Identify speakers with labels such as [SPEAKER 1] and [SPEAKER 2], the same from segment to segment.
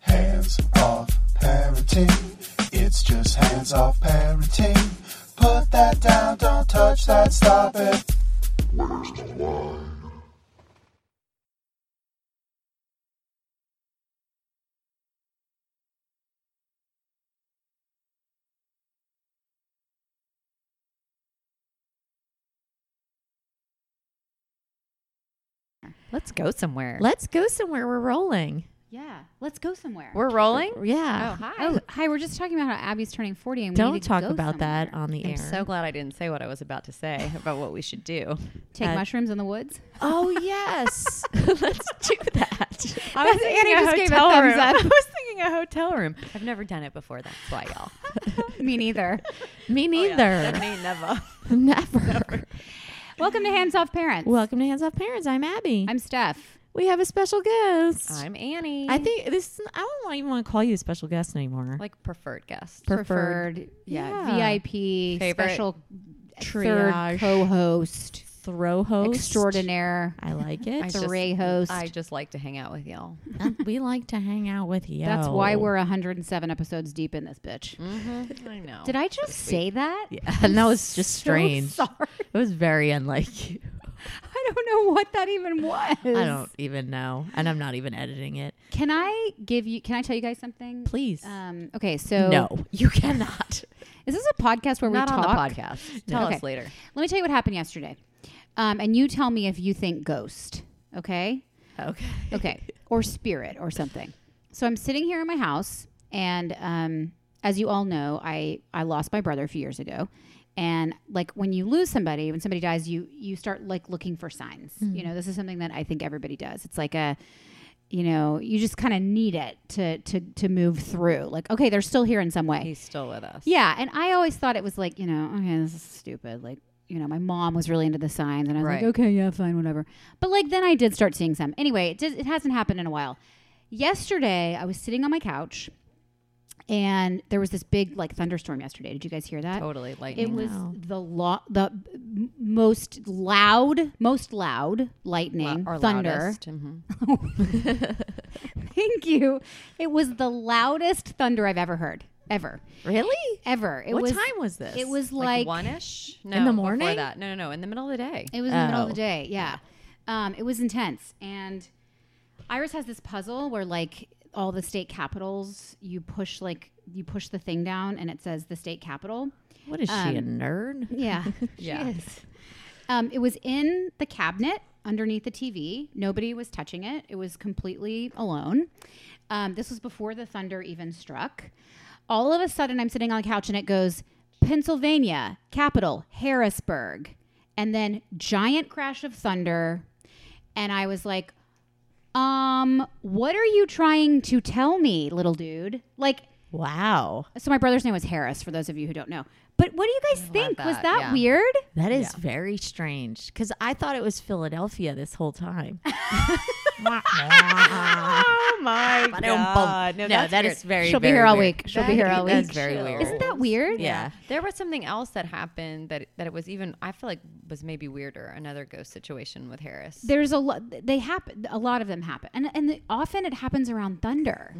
[SPEAKER 1] hands off parenting. It's just hands off parenting. Put that down, don't touch that, stop it.
[SPEAKER 2] Where's the line?
[SPEAKER 3] Let's go somewhere.
[SPEAKER 4] Let's go somewhere. We're rolling.
[SPEAKER 3] yeah, let's go somewhere.
[SPEAKER 4] We're rolling? Yeah.
[SPEAKER 3] oh hi oh hi. We're just talking about how Abby's turning forty, and we
[SPEAKER 4] Don't
[SPEAKER 3] need to
[SPEAKER 4] talk
[SPEAKER 3] go
[SPEAKER 4] about that
[SPEAKER 3] somewhere.
[SPEAKER 4] on the
[SPEAKER 3] I'm
[SPEAKER 4] air.
[SPEAKER 3] so-
[SPEAKER 5] So glad I didn't say what I was about to say about what we should do.
[SPEAKER 3] Take
[SPEAKER 4] Uh,
[SPEAKER 3] mushrooms in the woods.
[SPEAKER 4] oh, yes. Let's do that.
[SPEAKER 5] I was
[SPEAKER 3] Annie
[SPEAKER 5] thinking a
[SPEAKER 3] just gave a
[SPEAKER 5] hotel
[SPEAKER 3] thumbs
[SPEAKER 5] room.
[SPEAKER 3] up.
[SPEAKER 5] I was thinking a hotel room. I've never done it before. That's why, y'all.
[SPEAKER 3] Me neither.
[SPEAKER 4] Me neither.
[SPEAKER 5] Me never.
[SPEAKER 4] Never.
[SPEAKER 3] Welcome to Hands Off Parents.
[SPEAKER 4] Welcome to Hands Off Parents. I'm Abby.
[SPEAKER 3] I'm Steph.
[SPEAKER 4] we have a special guest.
[SPEAKER 5] I'm Annie.
[SPEAKER 4] I think this, I don't wa- even want to call you a special guest anymore.
[SPEAKER 5] like preferred guest.
[SPEAKER 4] Preferred.
[SPEAKER 3] yeah,
[SPEAKER 4] Yeah.
[SPEAKER 3] VIP,
[SPEAKER 5] Favorite.
[SPEAKER 3] special
[SPEAKER 4] Triage.
[SPEAKER 3] third co-host,
[SPEAKER 4] Throw host.
[SPEAKER 3] extraordinaire.
[SPEAKER 4] I like
[SPEAKER 5] I
[SPEAKER 4] it.
[SPEAKER 3] just- Ray host.
[SPEAKER 5] I just like to hang out with y'all.
[SPEAKER 4] Um, we like to hang out with you.
[SPEAKER 3] That's why we're 107 episodes deep in this bitch.
[SPEAKER 5] Mm-hmm. I know.
[SPEAKER 3] Did I just say that?
[SPEAKER 4] Mm. Yeah, and that was just strange.
[SPEAKER 3] So sorry.
[SPEAKER 4] It was very unlike you.
[SPEAKER 3] I don't know what that even was.
[SPEAKER 4] I don't even know, and I'm not even editing it.
[SPEAKER 3] Can I give you? Can I tell you guys something?
[SPEAKER 4] Please,
[SPEAKER 3] Um, okay, so
[SPEAKER 4] no, you cannot.
[SPEAKER 3] is this a podcast where
[SPEAKER 5] Not
[SPEAKER 3] we
[SPEAKER 5] on
[SPEAKER 3] talk?
[SPEAKER 5] the podcast. Tell
[SPEAKER 3] Okay.
[SPEAKER 5] us later.
[SPEAKER 3] Let me tell you what happened yesterday, um, and you tell me if you think ghost. Okay.
[SPEAKER 4] Okay.
[SPEAKER 3] okay or spirit or something so i'm sitting here in my house and um, as you all know i i lost my brother a few years ago and like when you lose somebody when somebody dies you you start like looking for signs
[SPEAKER 5] Hmm.
[SPEAKER 3] you know this is something that i think everybody does it's like a you know you just kind of need it to to to move through like okay they're still here in some way
[SPEAKER 5] He's still with us.
[SPEAKER 3] yeah, and I always thought it was like, you know, okay, this is stupid. Like, you know, my mom was really into the signs, and I was
[SPEAKER 5] Right.
[SPEAKER 3] like, okay, yeah, fine, whatever. But like, then I did start seeing some. Anyway, it, does, it hasn't happened in a while. Yesterday, I was sitting on my couch, and there was this big like thunderstorm yesterday. Did you guys hear that?
[SPEAKER 5] Totally. Like
[SPEAKER 3] It was
[SPEAKER 4] Wow.
[SPEAKER 3] the lo- the m- most loud, most loud lightning,
[SPEAKER 5] our
[SPEAKER 3] thunder.
[SPEAKER 5] loudest. Mhm.
[SPEAKER 3] Thank you. It was the loudest thunder I've ever heard, ever,
[SPEAKER 4] Really?
[SPEAKER 3] ever. It
[SPEAKER 4] what
[SPEAKER 3] was,
[SPEAKER 4] time was this?
[SPEAKER 3] It was
[SPEAKER 5] Like,
[SPEAKER 3] like,
[SPEAKER 5] one ish? No,
[SPEAKER 4] the
[SPEAKER 5] before
[SPEAKER 4] morning?
[SPEAKER 5] That. No, no, no. In the middle of the day.
[SPEAKER 3] It was in the middle of the
[SPEAKER 4] Oh.
[SPEAKER 3] day. Yeah. Um, it was intense. And Iris has this puzzle where like all the state capitals, you push like you push the thing down and it says the state capital.
[SPEAKER 4] What is she a
[SPEAKER 3] um,
[SPEAKER 4] nerd?
[SPEAKER 3] Yeah.
[SPEAKER 5] Yeah.
[SPEAKER 3] Yes. Um, it was in the cabinet underneath the TV. Nobody was touching it. It was completely alone. Um, this was before the thunder even struck. All of a sudden, I'm sitting on the couch and it goes Pennsylvania, capital, Harrisburg. And then giant crash of thunder. And I was like, um, what are you trying to tell me, little dude? Like,
[SPEAKER 4] Wow,
[SPEAKER 3] so my brother's name was Harris, for those of you who don't know. But what do you guys think? was
[SPEAKER 5] that,
[SPEAKER 3] that
[SPEAKER 5] yeah.
[SPEAKER 3] weird?
[SPEAKER 4] that is very strange. Because I thought it was Philadelphia this whole time.
[SPEAKER 5] Oh my god!
[SPEAKER 4] no, that
[SPEAKER 5] weird.
[SPEAKER 4] is very.
[SPEAKER 3] She'll be
[SPEAKER 4] very
[SPEAKER 3] here all
[SPEAKER 4] weird.
[SPEAKER 3] week. She'll
[SPEAKER 5] That
[SPEAKER 3] be here
[SPEAKER 5] is-
[SPEAKER 3] all
[SPEAKER 4] that's
[SPEAKER 3] week.
[SPEAKER 4] very weird.
[SPEAKER 3] Isn't that weird?
[SPEAKER 4] Yeah.
[SPEAKER 5] There was something else that happened that that it was even I feel like was maybe weirder. Another ghost situation with Harris.
[SPEAKER 3] There's a lot. They happen. A lot of them happen, and and the, often it happens around thunder.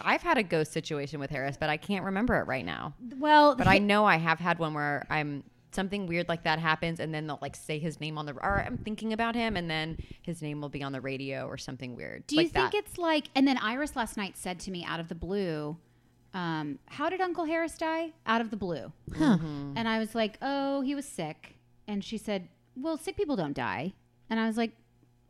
[SPEAKER 5] I've had a ghost situation with Harris, but I can't remember it right now.
[SPEAKER 3] Well,
[SPEAKER 5] But I know I have had one where I'm something weird like that happens, and then they'll like say his name on the or I'm thinking about him, and then his name will be on the radio or something weird.
[SPEAKER 3] do you
[SPEAKER 5] like
[SPEAKER 3] think
[SPEAKER 5] that.
[SPEAKER 3] it's like? And then Iris last night said to me out of the blue, um, "How did Uncle Harris die?" Out of the blue, and I was like, "Oh, he was sick." And she said, "Well, sick people don't die," and I was like.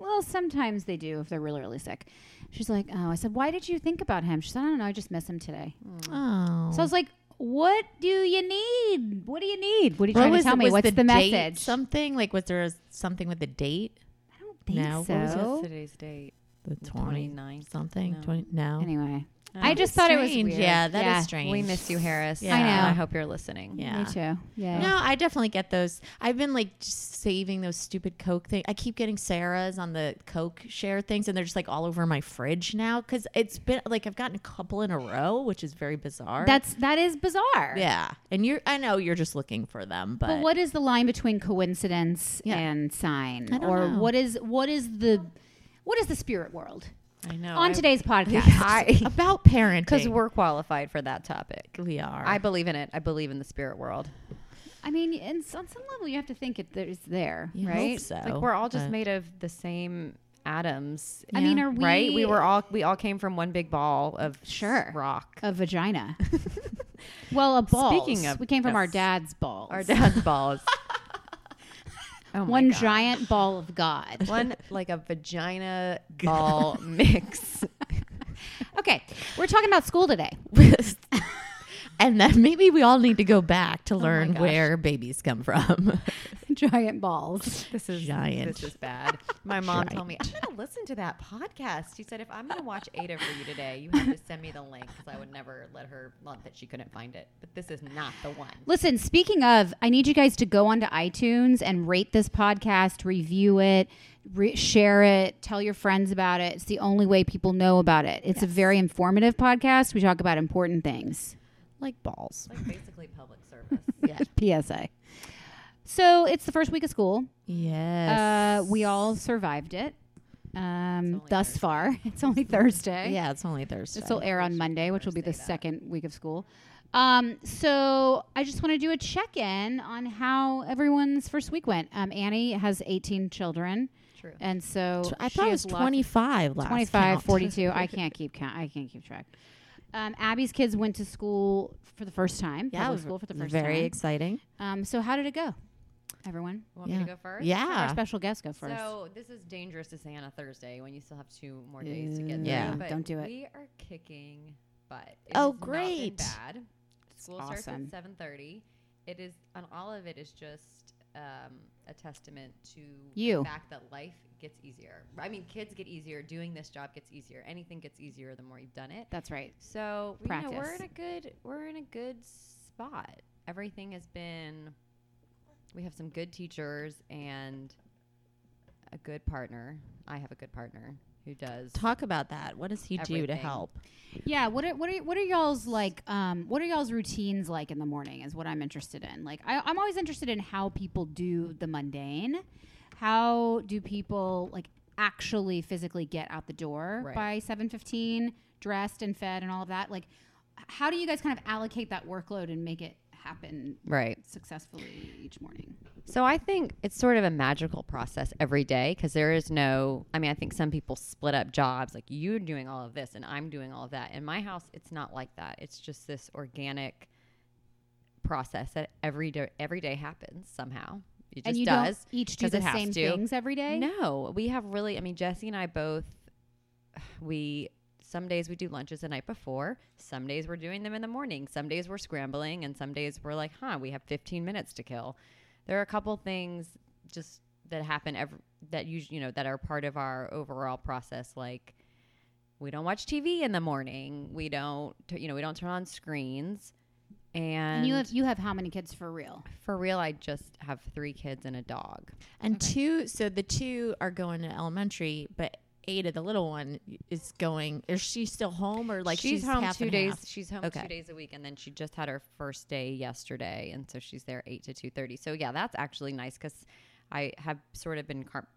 [SPEAKER 3] Well, sometimes they do if they're really, really sick. She's like, Oh, I said, Why did you think about him? She said, I don't know. I just miss him today.
[SPEAKER 4] Oh.
[SPEAKER 3] Mm-hmm. So I was like, "What do you need? What do you need? What are you
[SPEAKER 4] What
[SPEAKER 3] trying
[SPEAKER 4] was
[SPEAKER 3] to tell
[SPEAKER 4] it-
[SPEAKER 3] me?
[SPEAKER 4] was
[SPEAKER 3] What's the,
[SPEAKER 4] date
[SPEAKER 3] message?"
[SPEAKER 4] Something like was there something with the date?
[SPEAKER 3] I don't think
[SPEAKER 4] No.
[SPEAKER 3] so.
[SPEAKER 4] What was
[SPEAKER 5] What's today's date?
[SPEAKER 4] The
[SPEAKER 5] 29th.
[SPEAKER 4] twenty something
[SPEAKER 5] No.
[SPEAKER 4] twenty no.
[SPEAKER 3] Anyway,
[SPEAKER 5] Oh.
[SPEAKER 3] I just thought it was
[SPEAKER 4] Strange.
[SPEAKER 3] weird.
[SPEAKER 4] Yeah, that is strange.
[SPEAKER 5] We miss you, Harris.
[SPEAKER 4] Yeah.
[SPEAKER 3] I know.
[SPEAKER 5] And I hope you're listening.
[SPEAKER 4] Yeah.
[SPEAKER 3] Me too. Yeah.
[SPEAKER 4] No, I definitely get those. I've been like just saving those stupid Coke thing. I keep getting Sarah's on the Coke share things, and they're just like all over my fridge now because it's been like I've gotten a couple in a row, which is very bizarre.
[SPEAKER 3] That's that is bizarre.
[SPEAKER 4] yeah, and you're. I know you're just looking for them, but,
[SPEAKER 3] But what is the line between coincidence
[SPEAKER 4] Yeah.
[SPEAKER 3] and sign,
[SPEAKER 4] I don't
[SPEAKER 3] or
[SPEAKER 4] know.
[SPEAKER 3] what is what is the what is the spirit world?
[SPEAKER 5] Oh, I know.
[SPEAKER 3] on today's podcast.
[SPEAKER 5] podcast.
[SPEAKER 4] about parenting
[SPEAKER 5] Because we're qualified for that topic.
[SPEAKER 4] we are.
[SPEAKER 5] I believe in it. I believe in the spirit world.
[SPEAKER 3] I mean, and s- on some level, you have to think it that it's there,
[SPEAKER 4] You hope
[SPEAKER 3] right?
[SPEAKER 4] so.
[SPEAKER 5] Like we're all just
[SPEAKER 4] but-
[SPEAKER 5] made of the same atoms.
[SPEAKER 3] I mean,
[SPEAKER 4] Yeah.
[SPEAKER 3] are we
[SPEAKER 5] right? We were all we all came from one big ball of s-
[SPEAKER 3] Sure.
[SPEAKER 5] rock.
[SPEAKER 3] a vagina? well, a ball.
[SPEAKER 5] Speaking of-
[SPEAKER 3] we came from our
[SPEAKER 5] yes.
[SPEAKER 3] dad's balls.
[SPEAKER 5] Our dad's balls. Oh my
[SPEAKER 3] one
[SPEAKER 5] God.
[SPEAKER 3] giant ball of God.
[SPEAKER 5] one like a vagina ball mix.
[SPEAKER 3] okay, we're talking about school today.
[SPEAKER 4] and then maybe we all need to go back to learn
[SPEAKER 5] gosh.
[SPEAKER 4] where babies come from.
[SPEAKER 3] giant balls.
[SPEAKER 5] This is
[SPEAKER 4] Giant.
[SPEAKER 5] This is bad. My mom told me I'm gonna listen to that podcast. She said if I'm gonna watch Ada for you today, you have to send me the link because I would never let her love that she couldn't find it. But this is not the one.
[SPEAKER 3] Listen, speaking of, I need you guys to go onto iTunes and rate this podcast, review it, re- share it, tell your friends about it. It's the only way people know about it. It's a very informative podcast. We talk about important things.
[SPEAKER 4] like balls.
[SPEAKER 5] Like basically public service.
[SPEAKER 3] Yeah, PSA. So it's the first week of school.
[SPEAKER 4] Yes.
[SPEAKER 3] Uh, we all survived it um, thus far. It's only Thursday.
[SPEAKER 4] yeah, it's only Thursday.
[SPEAKER 3] This will air on Monday, which will be the second week of school. Um, so I just want to do a check in on how everyone's first week went. Um, Annie has 18 children.
[SPEAKER 5] True.
[SPEAKER 3] And so
[SPEAKER 4] I
[SPEAKER 3] she
[SPEAKER 4] thought it
[SPEAKER 3] has
[SPEAKER 4] was
[SPEAKER 3] lots of-
[SPEAKER 4] 25 last
[SPEAKER 3] 25,
[SPEAKER 4] count.
[SPEAKER 3] 42. I can't keep count. I can't keep track. Um, Abby's kids went to school for the first time.
[SPEAKER 4] Yeah, it
[SPEAKER 3] public
[SPEAKER 4] was
[SPEAKER 3] school for the first
[SPEAKER 4] very
[SPEAKER 3] time.
[SPEAKER 4] exciting.
[SPEAKER 3] um, so how did it go, everyone?
[SPEAKER 5] Want
[SPEAKER 4] yeah.
[SPEAKER 5] me to go first?
[SPEAKER 3] Our
[SPEAKER 4] Yeah.
[SPEAKER 3] special guest go first.
[SPEAKER 5] So this is dangerous to say on a Thursday when you still have two more days to get
[SPEAKER 4] Yeah.
[SPEAKER 5] through. But
[SPEAKER 3] Mm, Don't do it.
[SPEAKER 5] We are kicking butt. It
[SPEAKER 4] Oh,
[SPEAKER 5] has not been
[SPEAKER 4] great.
[SPEAKER 5] bad. School starts
[SPEAKER 3] awesome.
[SPEAKER 5] at seven thirty. It is, and all of it is just um, a testament to
[SPEAKER 3] You.
[SPEAKER 5] the fact that life gets easier. I mean, kids get easier. Doing this job gets easier. Anything gets easier the more you've done it.
[SPEAKER 3] That's right.
[SPEAKER 5] So we know, we're
[SPEAKER 3] Practice.
[SPEAKER 5] in a good we're in a good spot. Everything has been we have some good teachers and a good partner. I have a good partner who does
[SPEAKER 4] Talk about that. What does he do to
[SPEAKER 5] Everything.
[SPEAKER 4] help?
[SPEAKER 3] Yeah, what are what are what are y'all's like? Um, what are y'all's routines like in the morning? Is what I'm interested in. Like, I, I'm always interested in how people do the mundane. How do people like actually physically get out the door
[SPEAKER 5] Right.
[SPEAKER 3] by 7:15, dressed and fed and all of that? Like, h- how do you guys kind of allocate that workload and make it happen
[SPEAKER 5] Right.
[SPEAKER 3] successfully each morning?
[SPEAKER 5] So I think it's sort of a magical process every day because there is no. I mean, I think some people split up jobs like you're doing all of this and I'm doing all of that. In my house, it's not like that. It's just this organic process that every day every day happens somehow. It just
[SPEAKER 3] and you
[SPEAKER 5] does.
[SPEAKER 3] don't each do
[SPEAKER 5] 'cause it
[SPEAKER 3] the
[SPEAKER 5] has
[SPEAKER 3] same
[SPEAKER 5] to.
[SPEAKER 3] things every day.
[SPEAKER 5] No, we have really. I mean, Jesse and I both. We some days we do lunches the night before. Some days we're doing them in the morning. Some days we're scrambling, and some days we're like, "Huh, we have 15 minutes to kill." There are a couple things just that happen every that you you know that are part of our overall process, like. We don't watch TV in the morning. We don't, you know, we don't turn on screens. And,
[SPEAKER 3] And you have you have how many kids for real?
[SPEAKER 5] for real, I just have three kids and a dog.
[SPEAKER 4] And two, so the two are going to elementary, but Ada, the little one, is going. Is she still home or like she's,
[SPEAKER 5] home
[SPEAKER 4] half
[SPEAKER 5] two
[SPEAKER 4] and
[SPEAKER 5] days.
[SPEAKER 4] half?
[SPEAKER 5] She's home
[SPEAKER 4] Okay.
[SPEAKER 5] two days a week, and then she just had her first day yesterday, and so she's there eight to two thirty. So yeah, that's actually nice because I have sort of been car-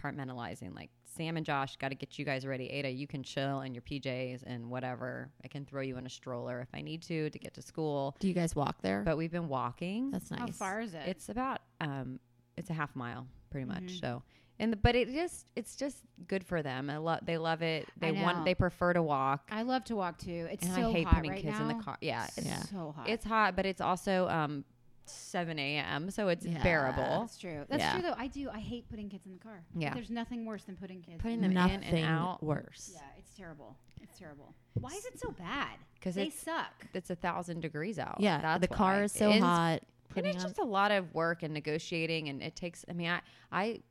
[SPEAKER 5] compartmentalizing. Like Sam and Josh, got to get you guys ready. Ada, you can chill in your PJs and whatever. I can throw you in a stroller if I need to to get to school.
[SPEAKER 4] Do you guys walk there?
[SPEAKER 5] But we've been walking.
[SPEAKER 4] That's nice.
[SPEAKER 3] How far is it?
[SPEAKER 5] It's about um, it's a half mile, pretty much.
[SPEAKER 4] Mm-hmm.
[SPEAKER 5] So, and the, but it just it's just good for them. I love they love it.
[SPEAKER 3] I
[SPEAKER 5] They want
[SPEAKER 3] know.
[SPEAKER 5] they prefer to walk.
[SPEAKER 3] I love to walk too. It's
[SPEAKER 5] and
[SPEAKER 3] so
[SPEAKER 5] I hate
[SPEAKER 3] hot
[SPEAKER 5] putting
[SPEAKER 3] right
[SPEAKER 5] kids
[SPEAKER 3] now.
[SPEAKER 5] in the car. Yeah, it's,
[SPEAKER 4] Yeah.
[SPEAKER 3] So hot.
[SPEAKER 5] it's hot, but it's also um, 7 a.m., so it's
[SPEAKER 4] Yeah.
[SPEAKER 5] bearable.
[SPEAKER 3] That's true. That's
[SPEAKER 4] Yeah.
[SPEAKER 3] true though. I do. I hate putting kids in the car. Like,
[SPEAKER 5] Yeah.
[SPEAKER 3] There's nothing worse than putting kids
[SPEAKER 5] Putting
[SPEAKER 3] in
[SPEAKER 5] them
[SPEAKER 4] Nothing
[SPEAKER 5] in and out.
[SPEAKER 4] worse.
[SPEAKER 3] Yeah, it's terrible. It's terrible. Why is it so bad?
[SPEAKER 5] 'Cause
[SPEAKER 3] they
[SPEAKER 5] it's-
[SPEAKER 3] suck.
[SPEAKER 5] It's a thousand degrees out.
[SPEAKER 4] Yeah,
[SPEAKER 5] That's
[SPEAKER 4] the car
[SPEAKER 5] why.
[SPEAKER 4] is so
[SPEAKER 5] And-
[SPEAKER 4] hot.
[SPEAKER 5] And
[SPEAKER 4] putting
[SPEAKER 5] it's
[SPEAKER 4] on-
[SPEAKER 5] just a lot of work and negotiating, and it takes. I mean, I, I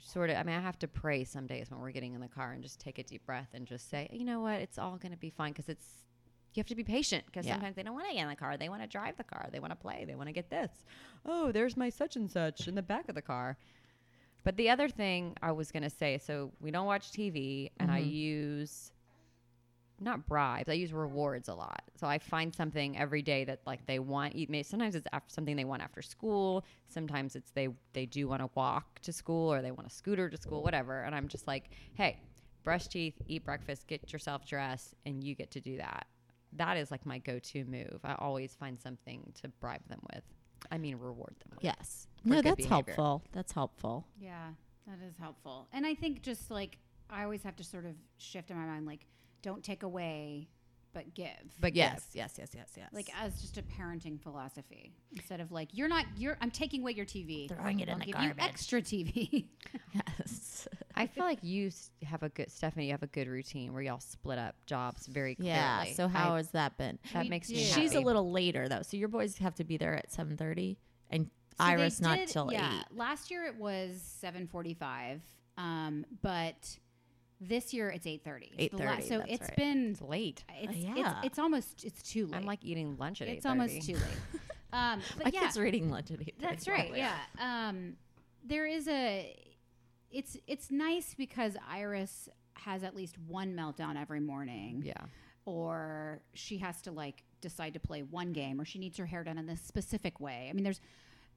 [SPEAKER 5] sort of. I mean, I have to pray some days when we're getting in the car and just take a deep breath and just say, you know what, it's all going to be fine because it's. You have to be patient because
[SPEAKER 4] Yeah.
[SPEAKER 5] sometimes they don't want to get in the car. They want to drive the car. They want to play. They want to get this. Oh, there's my such and such in the back of the car. But the other thing I was going to say, so we don't watch TV, and
[SPEAKER 4] Mm-hmm.
[SPEAKER 5] I use not bribes. I use rewards a lot. So I find something every day that like they want. Eat may- Sometimes it's after something they want after school. Sometimes it's they they do want to walk to school or they want a scooter to school, whatever. And I'm just like, hey, brush teeth, eat breakfast, get yourself dressed, and you get to do that. That is like my go to move. I always find something to bribe them with. I mean, reward them with.
[SPEAKER 4] Yes.
[SPEAKER 5] For
[SPEAKER 4] No,
[SPEAKER 5] good
[SPEAKER 4] that's
[SPEAKER 5] behavior.
[SPEAKER 4] helpful. That's helpful.
[SPEAKER 3] Yeah, that is helpful. And I think just like I always have to sort of shift in my mind, like don't take away, but give.
[SPEAKER 5] But
[SPEAKER 4] Yes, yes, yes, yes, yes.
[SPEAKER 3] like as just a parenting philosophy instead of like you're not you're I'm taking away your TV,
[SPEAKER 4] Throwing it in
[SPEAKER 3] I'll
[SPEAKER 4] the
[SPEAKER 3] give
[SPEAKER 4] garbage.
[SPEAKER 3] you extra TV.
[SPEAKER 4] yes.
[SPEAKER 5] I feel like you s- have a good, Stephanie, you have a good routine where y'all split up jobs very clearly.
[SPEAKER 4] Yeah. So how
[SPEAKER 5] I-
[SPEAKER 4] has that been?
[SPEAKER 5] that
[SPEAKER 3] We
[SPEAKER 5] makes me
[SPEAKER 3] did.
[SPEAKER 4] She's a
[SPEAKER 5] happy.
[SPEAKER 4] little later though, so your boys have to be there at seven thirty, and
[SPEAKER 3] So they
[SPEAKER 4] Iris not
[SPEAKER 3] did-
[SPEAKER 4] till
[SPEAKER 3] yeah,
[SPEAKER 4] eight.
[SPEAKER 3] Last year it was seven forty five, um, but this year it's eight thirty.
[SPEAKER 4] 8:30,
[SPEAKER 3] So
[SPEAKER 4] that's
[SPEAKER 3] it's
[SPEAKER 4] right.
[SPEAKER 3] been
[SPEAKER 5] It's late.
[SPEAKER 3] it's,
[SPEAKER 4] yeah.
[SPEAKER 3] it's it's almost it's too late.
[SPEAKER 5] I'm like eating lunch at
[SPEAKER 3] it's
[SPEAKER 5] 8:30.
[SPEAKER 3] almost too late. um, but
[SPEAKER 4] My
[SPEAKER 3] yeah,
[SPEAKER 4] kids are eating lunch at eight.
[SPEAKER 3] That's right. Yeah. Um, there is a. It's it's nice because Iris has at least one meltdown every morning,
[SPEAKER 5] Yeah.
[SPEAKER 3] or she has to like decide to play one game, or she needs her hair done in this specific way. I mean, there's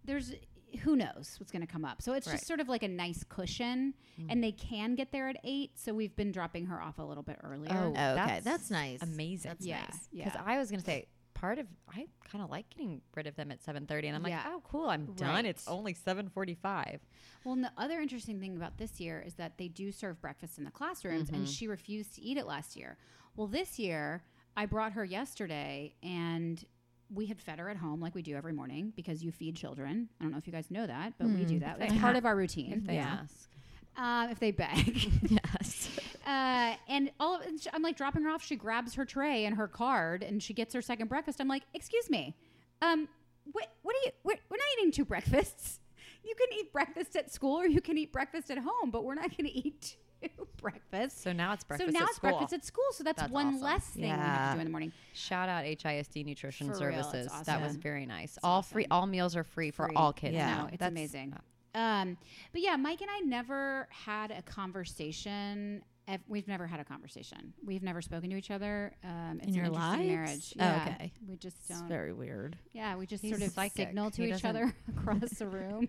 [SPEAKER 3] there's who knows what's going to come up. So it's
[SPEAKER 5] Right. Mm-hmm.
[SPEAKER 3] just sort of like a nice cushion, and they can get there at eight. So we've been dropping her off a little bit earlier.
[SPEAKER 5] Oh,
[SPEAKER 4] Okay, that's,
[SPEAKER 5] That's
[SPEAKER 4] nice.
[SPEAKER 5] Amazing.
[SPEAKER 4] That's
[SPEAKER 3] yeah,
[SPEAKER 4] nice.
[SPEAKER 3] yeah.
[SPEAKER 5] Because I was gonna say part of I kind of like getting rid of them at seven thirty, and I'm like,
[SPEAKER 3] Yeah.
[SPEAKER 5] oh, cool, I'm done. It's
[SPEAKER 3] Right.
[SPEAKER 5] only seven forty-five.
[SPEAKER 3] Well, and the other interesting thing about this year is that they do serve breakfast in the classrooms, and she refused to eat it last year. Well, this year, I brought her yesterday, and we had fed her at home like we do every morning because you feed children. I don't know if you guys know that, but we do that. It's part of our routine.
[SPEAKER 5] They
[SPEAKER 4] Yeah.
[SPEAKER 5] ask.
[SPEAKER 3] Um, if they beg.
[SPEAKER 4] Yes.
[SPEAKER 3] uh, and all of, and sh I'm like dropping her off. She grabs her tray and her card, and she gets her second breakfast. I'm like, excuse me, um, what what are you? We're, we're not eating two breakfasts. You can eat breakfast at school, or you can eat breakfast at home, but we're not going to eat two breakfasts.
[SPEAKER 5] So now it's breakfast.
[SPEAKER 3] so now
[SPEAKER 5] at
[SPEAKER 3] it's
[SPEAKER 5] school.
[SPEAKER 3] breakfast at school. So that's,
[SPEAKER 5] That's
[SPEAKER 3] one
[SPEAKER 5] awesome.
[SPEAKER 3] less thing we have
[SPEAKER 4] Yeah.
[SPEAKER 3] to do in the morning.
[SPEAKER 5] Shout out HISD Nutrition
[SPEAKER 3] For real, it's
[SPEAKER 5] Services. That was
[SPEAKER 3] awesome.
[SPEAKER 5] very nice. all free. All meals are free, for
[SPEAKER 3] free.
[SPEAKER 5] all kids.
[SPEAKER 4] Yeah.
[SPEAKER 5] now.
[SPEAKER 3] No, it's
[SPEAKER 5] That's-
[SPEAKER 3] amazing. Um, but yeah, Mike and I never had a conversation. ev- We've never had a conversation. We've never spoken to each other. Um, it's
[SPEAKER 4] your
[SPEAKER 3] an interesting
[SPEAKER 4] lives?
[SPEAKER 3] marriage.
[SPEAKER 4] Oh,
[SPEAKER 3] Yeah.
[SPEAKER 4] okay.
[SPEAKER 3] We just
[SPEAKER 4] It's
[SPEAKER 3] don't.
[SPEAKER 4] very weird.
[SPEAKER 3] Yeah, we just
[SPEAKER 5] He's
[SPEAKER 3] sort of
[SPEAKER 5] psychic.
[SPEAKER 3] signal to
[SPEAKER 5] He
[SPEAKER 3] each other across the room.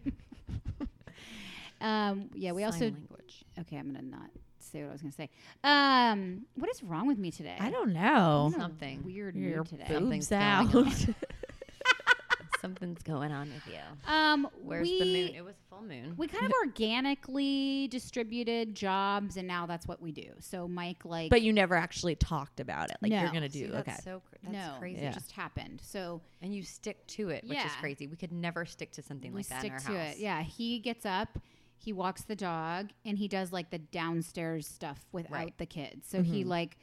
[SPEAKER 3] um, yeah, we
[SPEAKER 5] Sign
[SPEAKER 3] also.
[SPEAKER 5] language.
[SPEAKER 3] Okay, I'm gonna not say what I was gonna say. Um, what is wrong with me today?
[SPEAKER 4] I don't
[SPEAKER 3] I'm
[SPEAKER 4] know.
[SPEAKER 3] in a
[SPEAKER 5] Something.
[SPEAKER 3] weird
[SPEAKER 4] Your
[SPEAKER 3] mood today.
[SPEAKER 5] Something's
[SPEAKER 4] boobs
[SPEAKER 5] going
[SPEAKER 4] out.
[SPEAKER 5] on. Something's going on with you.
[SPEAKER 3] Um,
[SPEAKER 5] Where's
[SPEAKER 3] we,
[SPEAKER 5] the moon? It was a full moon.
[SPEAKER 3] we kind of organically distributed jobs and now that's what we do so mike like
[SPEAKER 4] but you never actually talked about it. Like you're
[SPEAKER 3] No.
[SPEAKER 4] gonna
[SPEAKER 5] See,
[SPEAKER 4] do.
[SPEAKER 5] that's
[SPEAKER 4] okay.
[SPEAKER 5] So cr- that's
[SPEAKER 3] no
[SPEAKER 5] crazy.
[SPEAKER 3] it just happened so
[SPEAKER 5] And you stick to it, which is
[SPEAKER 3] Yeah.
[SPEAKER 5] crazy. We could never stick to something
[SPEAKER 3] we
[SPEAKER 5] like that
[SPEAKER 3] stick
[SPEAKER 5] in our
[SPEAKER 3] to
[SPEAKER 5] house.
[SPEAKER 3] it yeah he gets up he walks the dog and he does like the downstairs stuff without
[SPEAKER 5] Right.
[SPEAKER 3] the kids so he like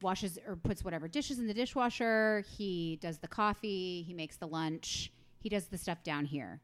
[SPEAKER 3] washes or puts whatever dishes in the dishwasher he does the coffee he makes the lunch he does the stuff down here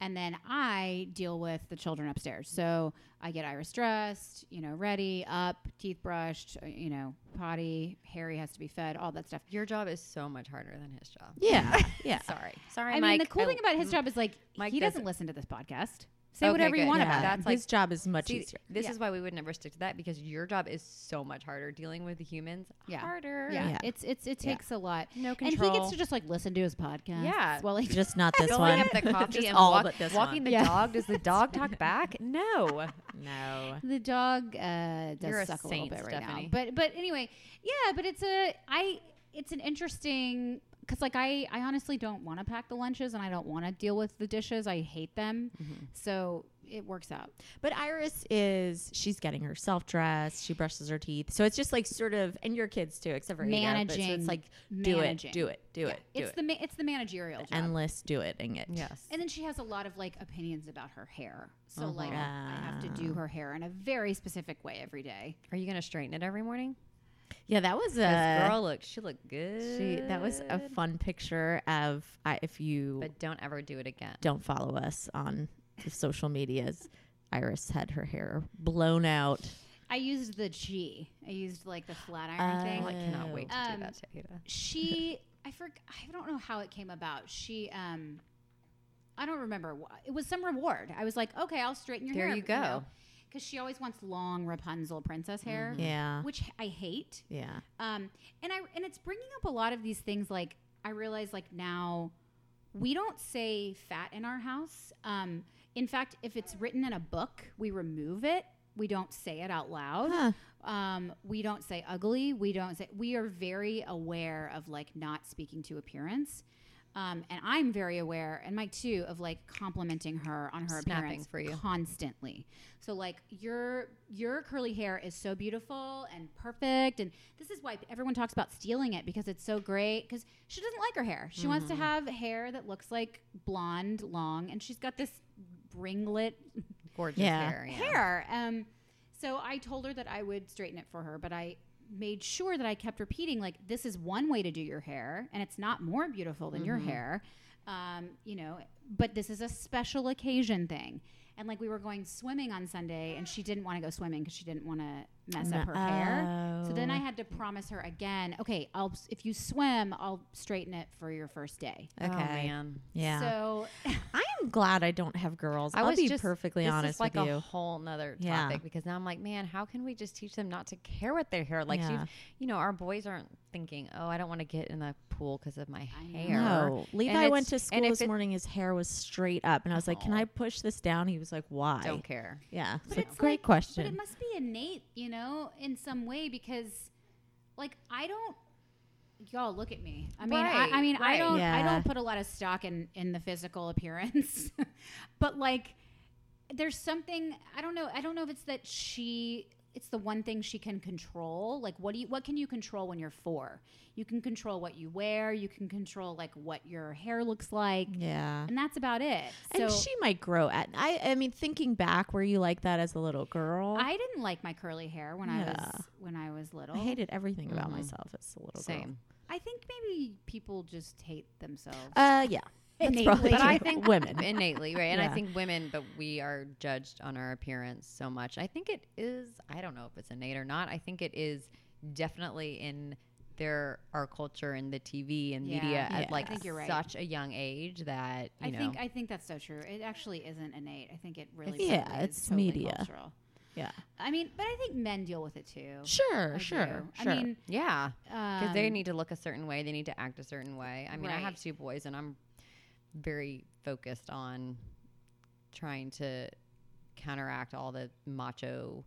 [SPEAKER 3] and then i deal with the children upstairs so i get iris dressed you know ready up teeth brushed uh, you know potty harry has to be fed all that stuff
[SPEAKER 5] Your job is so much harder than his job.
[SPEAKER 4] Yeah. Yeah.
[SPEAKER 5] Sorry. Sorry,
[SPEAKER 3] I
[SPEAKER 5] Mike.
[SPEAKER 3] mean, the cool
[SPEAKER 5] I-
[SPEAKER 3] thing about his job is like
[SPEAKER 5] Mike
[SPEAKER 3] he doesn't
[SPEAKER 5] doesn't-
[SPEAKER 3] listen to this podcast. Say
[SPEAKER 5] Okay,
[SPEAKER 3] whatever you
[SPEAKER 5] good.
[SPEAKER 3] want
[SPEAKER 5] Yeah.
[SPEAKER 3] about
[SPEAKER 5] That's
[SPEAKER 3] it.
[SPEAKER 5] like-
[SPEAKER 4] his job is much
[SPEAKER 5] See,
[SPEAKER 4] easier.
[SPEAKER 5] this
[SPEAKER 3] Yeah.
[SPEAKER 5] is why we would never stick to that because your job is so much harder dealing with humans.
[SPEAKER 3] Yeah.
[SPEAKER 5] Harder.
[SPEAKER 3] Yeah.
[SPEAKER 4] Yeah.
[SPEAKER 3] it's it's it
[SPEAKER 4] Yeah.
[SPEAKER 3] takes a lot.
[SPEAKER 5] No
[SPEAKER 3] And he
[SPEAKER 5] control.
[SPEAKER 3] gets to just like listen to his podcast.
[SPEAKER 5] Yeah.
[SPEAKER 3] Well, he
[SPEAKER 4] Just not this
[SPEAKER 5] Filling
[SPEAKER 4] one.
[SPEAKER 5] up the coffee
[SPEAKER 4] Just
[SPEAKER 5] and
[SPEAKER 4] all
[SPEAKER 5] walk-
[SPEAKER 4] but this
[SPEAKER 5] walking
[SPEAKER 4] one.
[SPEAKER 5] the
[SPEAKER 3] Yeah.
[SPEAKER 5] dog. Does the dog talk back? No.
[SPEAKER 4] No.
[SPEAKER 3] the dog uh, does
[SPEAKER 5] You're a
[SPEAKER 3] suck a,
[SPEAKER 5] saint,
[SPEAKER 3] little bit right
[SPEAKER 5] Stephanie.
[SPEAKER 3] now. But but anyway, yeah. But it's a I it's an interesting because like I I honestly don't want to pack the lunches and I don't want to deal with the dishes. I hate them.
[SPEAKER 5] Mm-hmm.
[SPEAKER 3] So it works out.
[SPEAKER 4] But Iris is she's getting herself dressed. She brushes her teeth. So it's just like sort of and your kids too, except for Ada, but so
[SPEAKER 3] Managing.
[SPEAKER 4] it's like
[SPEAKER 3] Managing.
[SPEAKER 4] do it, do it, do it, do
[SPEAKER 3] it's
[SPEAKER 4] it.
[SPEAKER 3] the ma- it's the managerial job.
[SPEAKER 4] endless doing it.
[SPEAKER 5] Yes.
[SPEAKER 3] And then she has a lot of like opinions about her hair. So
[SPEAKER 5] Uh-huh.
[SPEAKER 3] like I have to do
[SPEAKER 4] Ah.
[SPEAKER 3] her hair in a very specific way every day.
[SPEAKER 5] Are you gonna straighten it every morning?
[SPEAKER 4] Yeah, that was
[SPEAKER 5] This
[SPEAKER 4] a
[SPEAKER 5] girl looks. She looked good.
[SPEAKER 4] she, that was a fun picture of I, if you
[SPEAKER 5] But don't ever do it again.
[SPEAKER 4] don't follow us on the social medias. Iris had her hair blown out.
[SPEAKER 3] I used the G. I used like the flat iron
[SPEAKER 5] I
[SPEAKER 3] thing.
[SPEAKER 5] like, cannot wait to
[SPEAKER 3] Um,
[SPEAKER 5] do that to Ada.
[SPEAKER 3] she I forg I don't know how it came about. She um I don't remember. wh- It was some reward. I was like, "Okay, I'll straighten your
[SPEAKER 5] There
[SPEAKER 3] hair."
[SPEAKER 5] you go.
[SPEAKER 3] Cuz she always wants long Rapunzel princess hair,
[SPEAKER 5] Mm-hmm.
[SPEAKER 4] Yeah.
[SPEAKER 3] which I hate.
[SPEAKER 4] Yeah.
[SPEAKER 3] Um, and I and it's bringing up a lot of these things. Like I realize, like now, we don't say fat in our house.
[SPEAKER 4] Oh,
[SPEAKER 3] Um, in fact, if it's written in a book, we remove it. We don't say it out loud. Um, we don't say ugly. We don't say. We are very aware of like not speaking to appearance. Um, and I'm very aware, and Mike too, of like complimenting her on her
[SPEAKER 5] Snapping
[SPEAKER 3] appearance
[SPEAKER 5] for you.
[SPEAKER 3] constantly. So like your your curly hair is so beautiful and perfect, and this is why everyone talks about stealing it because it's so great. Because she doesn't like her hair; she wants
[SPEAKER 5] Mm-hmm.
[SPEAKER 3] to have hair that looks like blonde, long, and she's got this ringlet
[SPEAKER 5] Gorgeous
[SPEAKER 4] Yeah.
[SPEAKER 5] hair. yeah.
[SPEAKER 3] hair. Um, so I told her that I would straighten it for her, but I made sure that I kept repeating like this is one way to do your hair, and it's not more beautiful than your hair. Um, you know, but this is a special occasion thing. And like we were going swimming on Sunday, and she didn't want to go swimming because she didn't want to mess up her hair. So then I had to promise her again, okay, I'll if you swim, I'll straighten it for your first day.
[SPEAKER 5] Okay.
[SPEAKER 4] Oh, man. Yeah.
[SPEAKER 3] So
[SPEAKER 4] I am glad I don't have girls. I'll
[SPEAKER 5] was
[SPEAKER 4] be
[SPEAKER 5] just-
[SPEAKER 4] perfectly
[SPEAKER 5] this is
[SPEAKER 4] honest
[SPEAKER 5] like
[SPEAKER 4] with
[SPEAKER 5] a
[SPEAKER 4] you.
[SPEAKER 5] whole nother topic
[SPEAKER 4] Yeah.
[SPEAKER 5] because now I'm like, man, how can we just teach them not to care what their hair? Like,
[SPEAKER 4] Yeah.
[SPEAKER 5] she's- you know, our boys aren't thinking, oh, I don't want to get in the pool because of my
[SPEAKER 3] know.
[SPEAKER 5] hair.
[SPEAKER 4] No,
[SPEAKER 5] And
[SPEAKER 4] Levi went
[SPEAKER 5] it's-
[SPEAKER 4] to
[SPEAKER 5] and
[SPEAKER 4] school
[SPEAKER 5] if
[SPEAKER 4] this
[SPEAKER 5] it-
[SPEAKER 4] morning. His hair was straight up, and I was like, "Can
[SPEAKER 5] Oh.
[SPEAKER 4] I push this down?" He was like, "Why?"
[SPEAKER 5] Don't care.
[SPEAKER 4] Yeah,
[SPEAKER 3] But
[SPEAKER 4] it's a
[SPEAKER 3] it's
[SPEAKER 4] great
[SPEAKER 3] like-
[SPEAKER 4] question.
[SPEAKER 3] But it must be innate, you know, in some way because, like, I don't. Y'all look at me. I mean,
[SPEAKER 5] Right,
[SPEAKER 3] I, I mean, I
[SPEAKER 5] right.
[SPEAKER 3] don't. I
[SPEAKER 4] Yeah.
[SPEAKER 3] don't put a lot of stock in in the physical appearance, but like, there's something I don't know. I don't know if it's that she. It's the one thing she can control. Like, what do you? What can you control when you're four? You can control what you wear. You can control like what your hair looks like,
[SPEAKER 4] yeah.
[SPEAKER 3] and that's about it.
[SPEAKER 4] and
[SPEAKER 3] so
[SPEAKER 4] she might grow at I I mean thinking back were you like that as a little girl?
[SPEAKER 3] I didn't like my curly hair when I
[SPEAKER 4] Yeah.
[SPEAKER 3] was when I was little.
[SPEAKER 4] I hated everything about
[SPEAKER 5] Mhm.
[SPEAKER 3] Mm-hmm.
[SPEAKER 4] myself as a little
[SPEAKER 5] Same.
[SPEAKER 3] I think maybe people just hate themselves.
[SPEAKER 4] girl. Uh yeah. That's
[SPEAKER 3] Innately.
[SPEAKER 4] probably
[SPEAKER 3] But
[SPEAKER 4] true.
[SPEAKER 3] I
[SPEAKER 5] think-
[SPEAKER 4] women.
[SPEAKER 5] innately, right? And I
[SPEAKER 4] Yeah.
[SPEAKER 5] think women, but we are judged on our appearance so much. I think it is, I don't know if it's innate or not. I think it is definitely in their our culture and the TV and
[SPEAKER 3] Yeah.
[SPEAKER 5] media at
[SPEAKER 4] Yeah.
[SPEAKER 5] like
[SPEAKER 3] I think you're right.
[SPEAKER 5] such a young age that you
[SPEAKER 3] I
[SPEAKER 5] know
[SPEAKER 3] think I think that's so true. It actually isn't innate. I think it really
[SPEAKER 4] It's- yeah,
[SPEAKER 3] probably is
[SPEAKER 4] it's
[SPEAKER 3] totally
[SPEAKER 4] media.
[SPEAKER 3] Cultural.
[SPEAKER 4] yeah.
[SPEAKER 3] I mean, but I think men deal with it too.
[SPEAKER 4] Sure,
[SPEAKER 3] I
[SPEAKER 4] sure,
[SPEAKER 3] do.
[SPEAKER 4] sure.
[SPEAKER 3] I mean,
[SPEAKER 5] yeah because they
[SPEAKER 3] um,
[SPEAKER 5] need to look a certain way they need to act a certain way i mean i have
[SPEAKER 3] Right.
[SPEAKER 5] two boys and i'm very focused on trying to counteract all the macho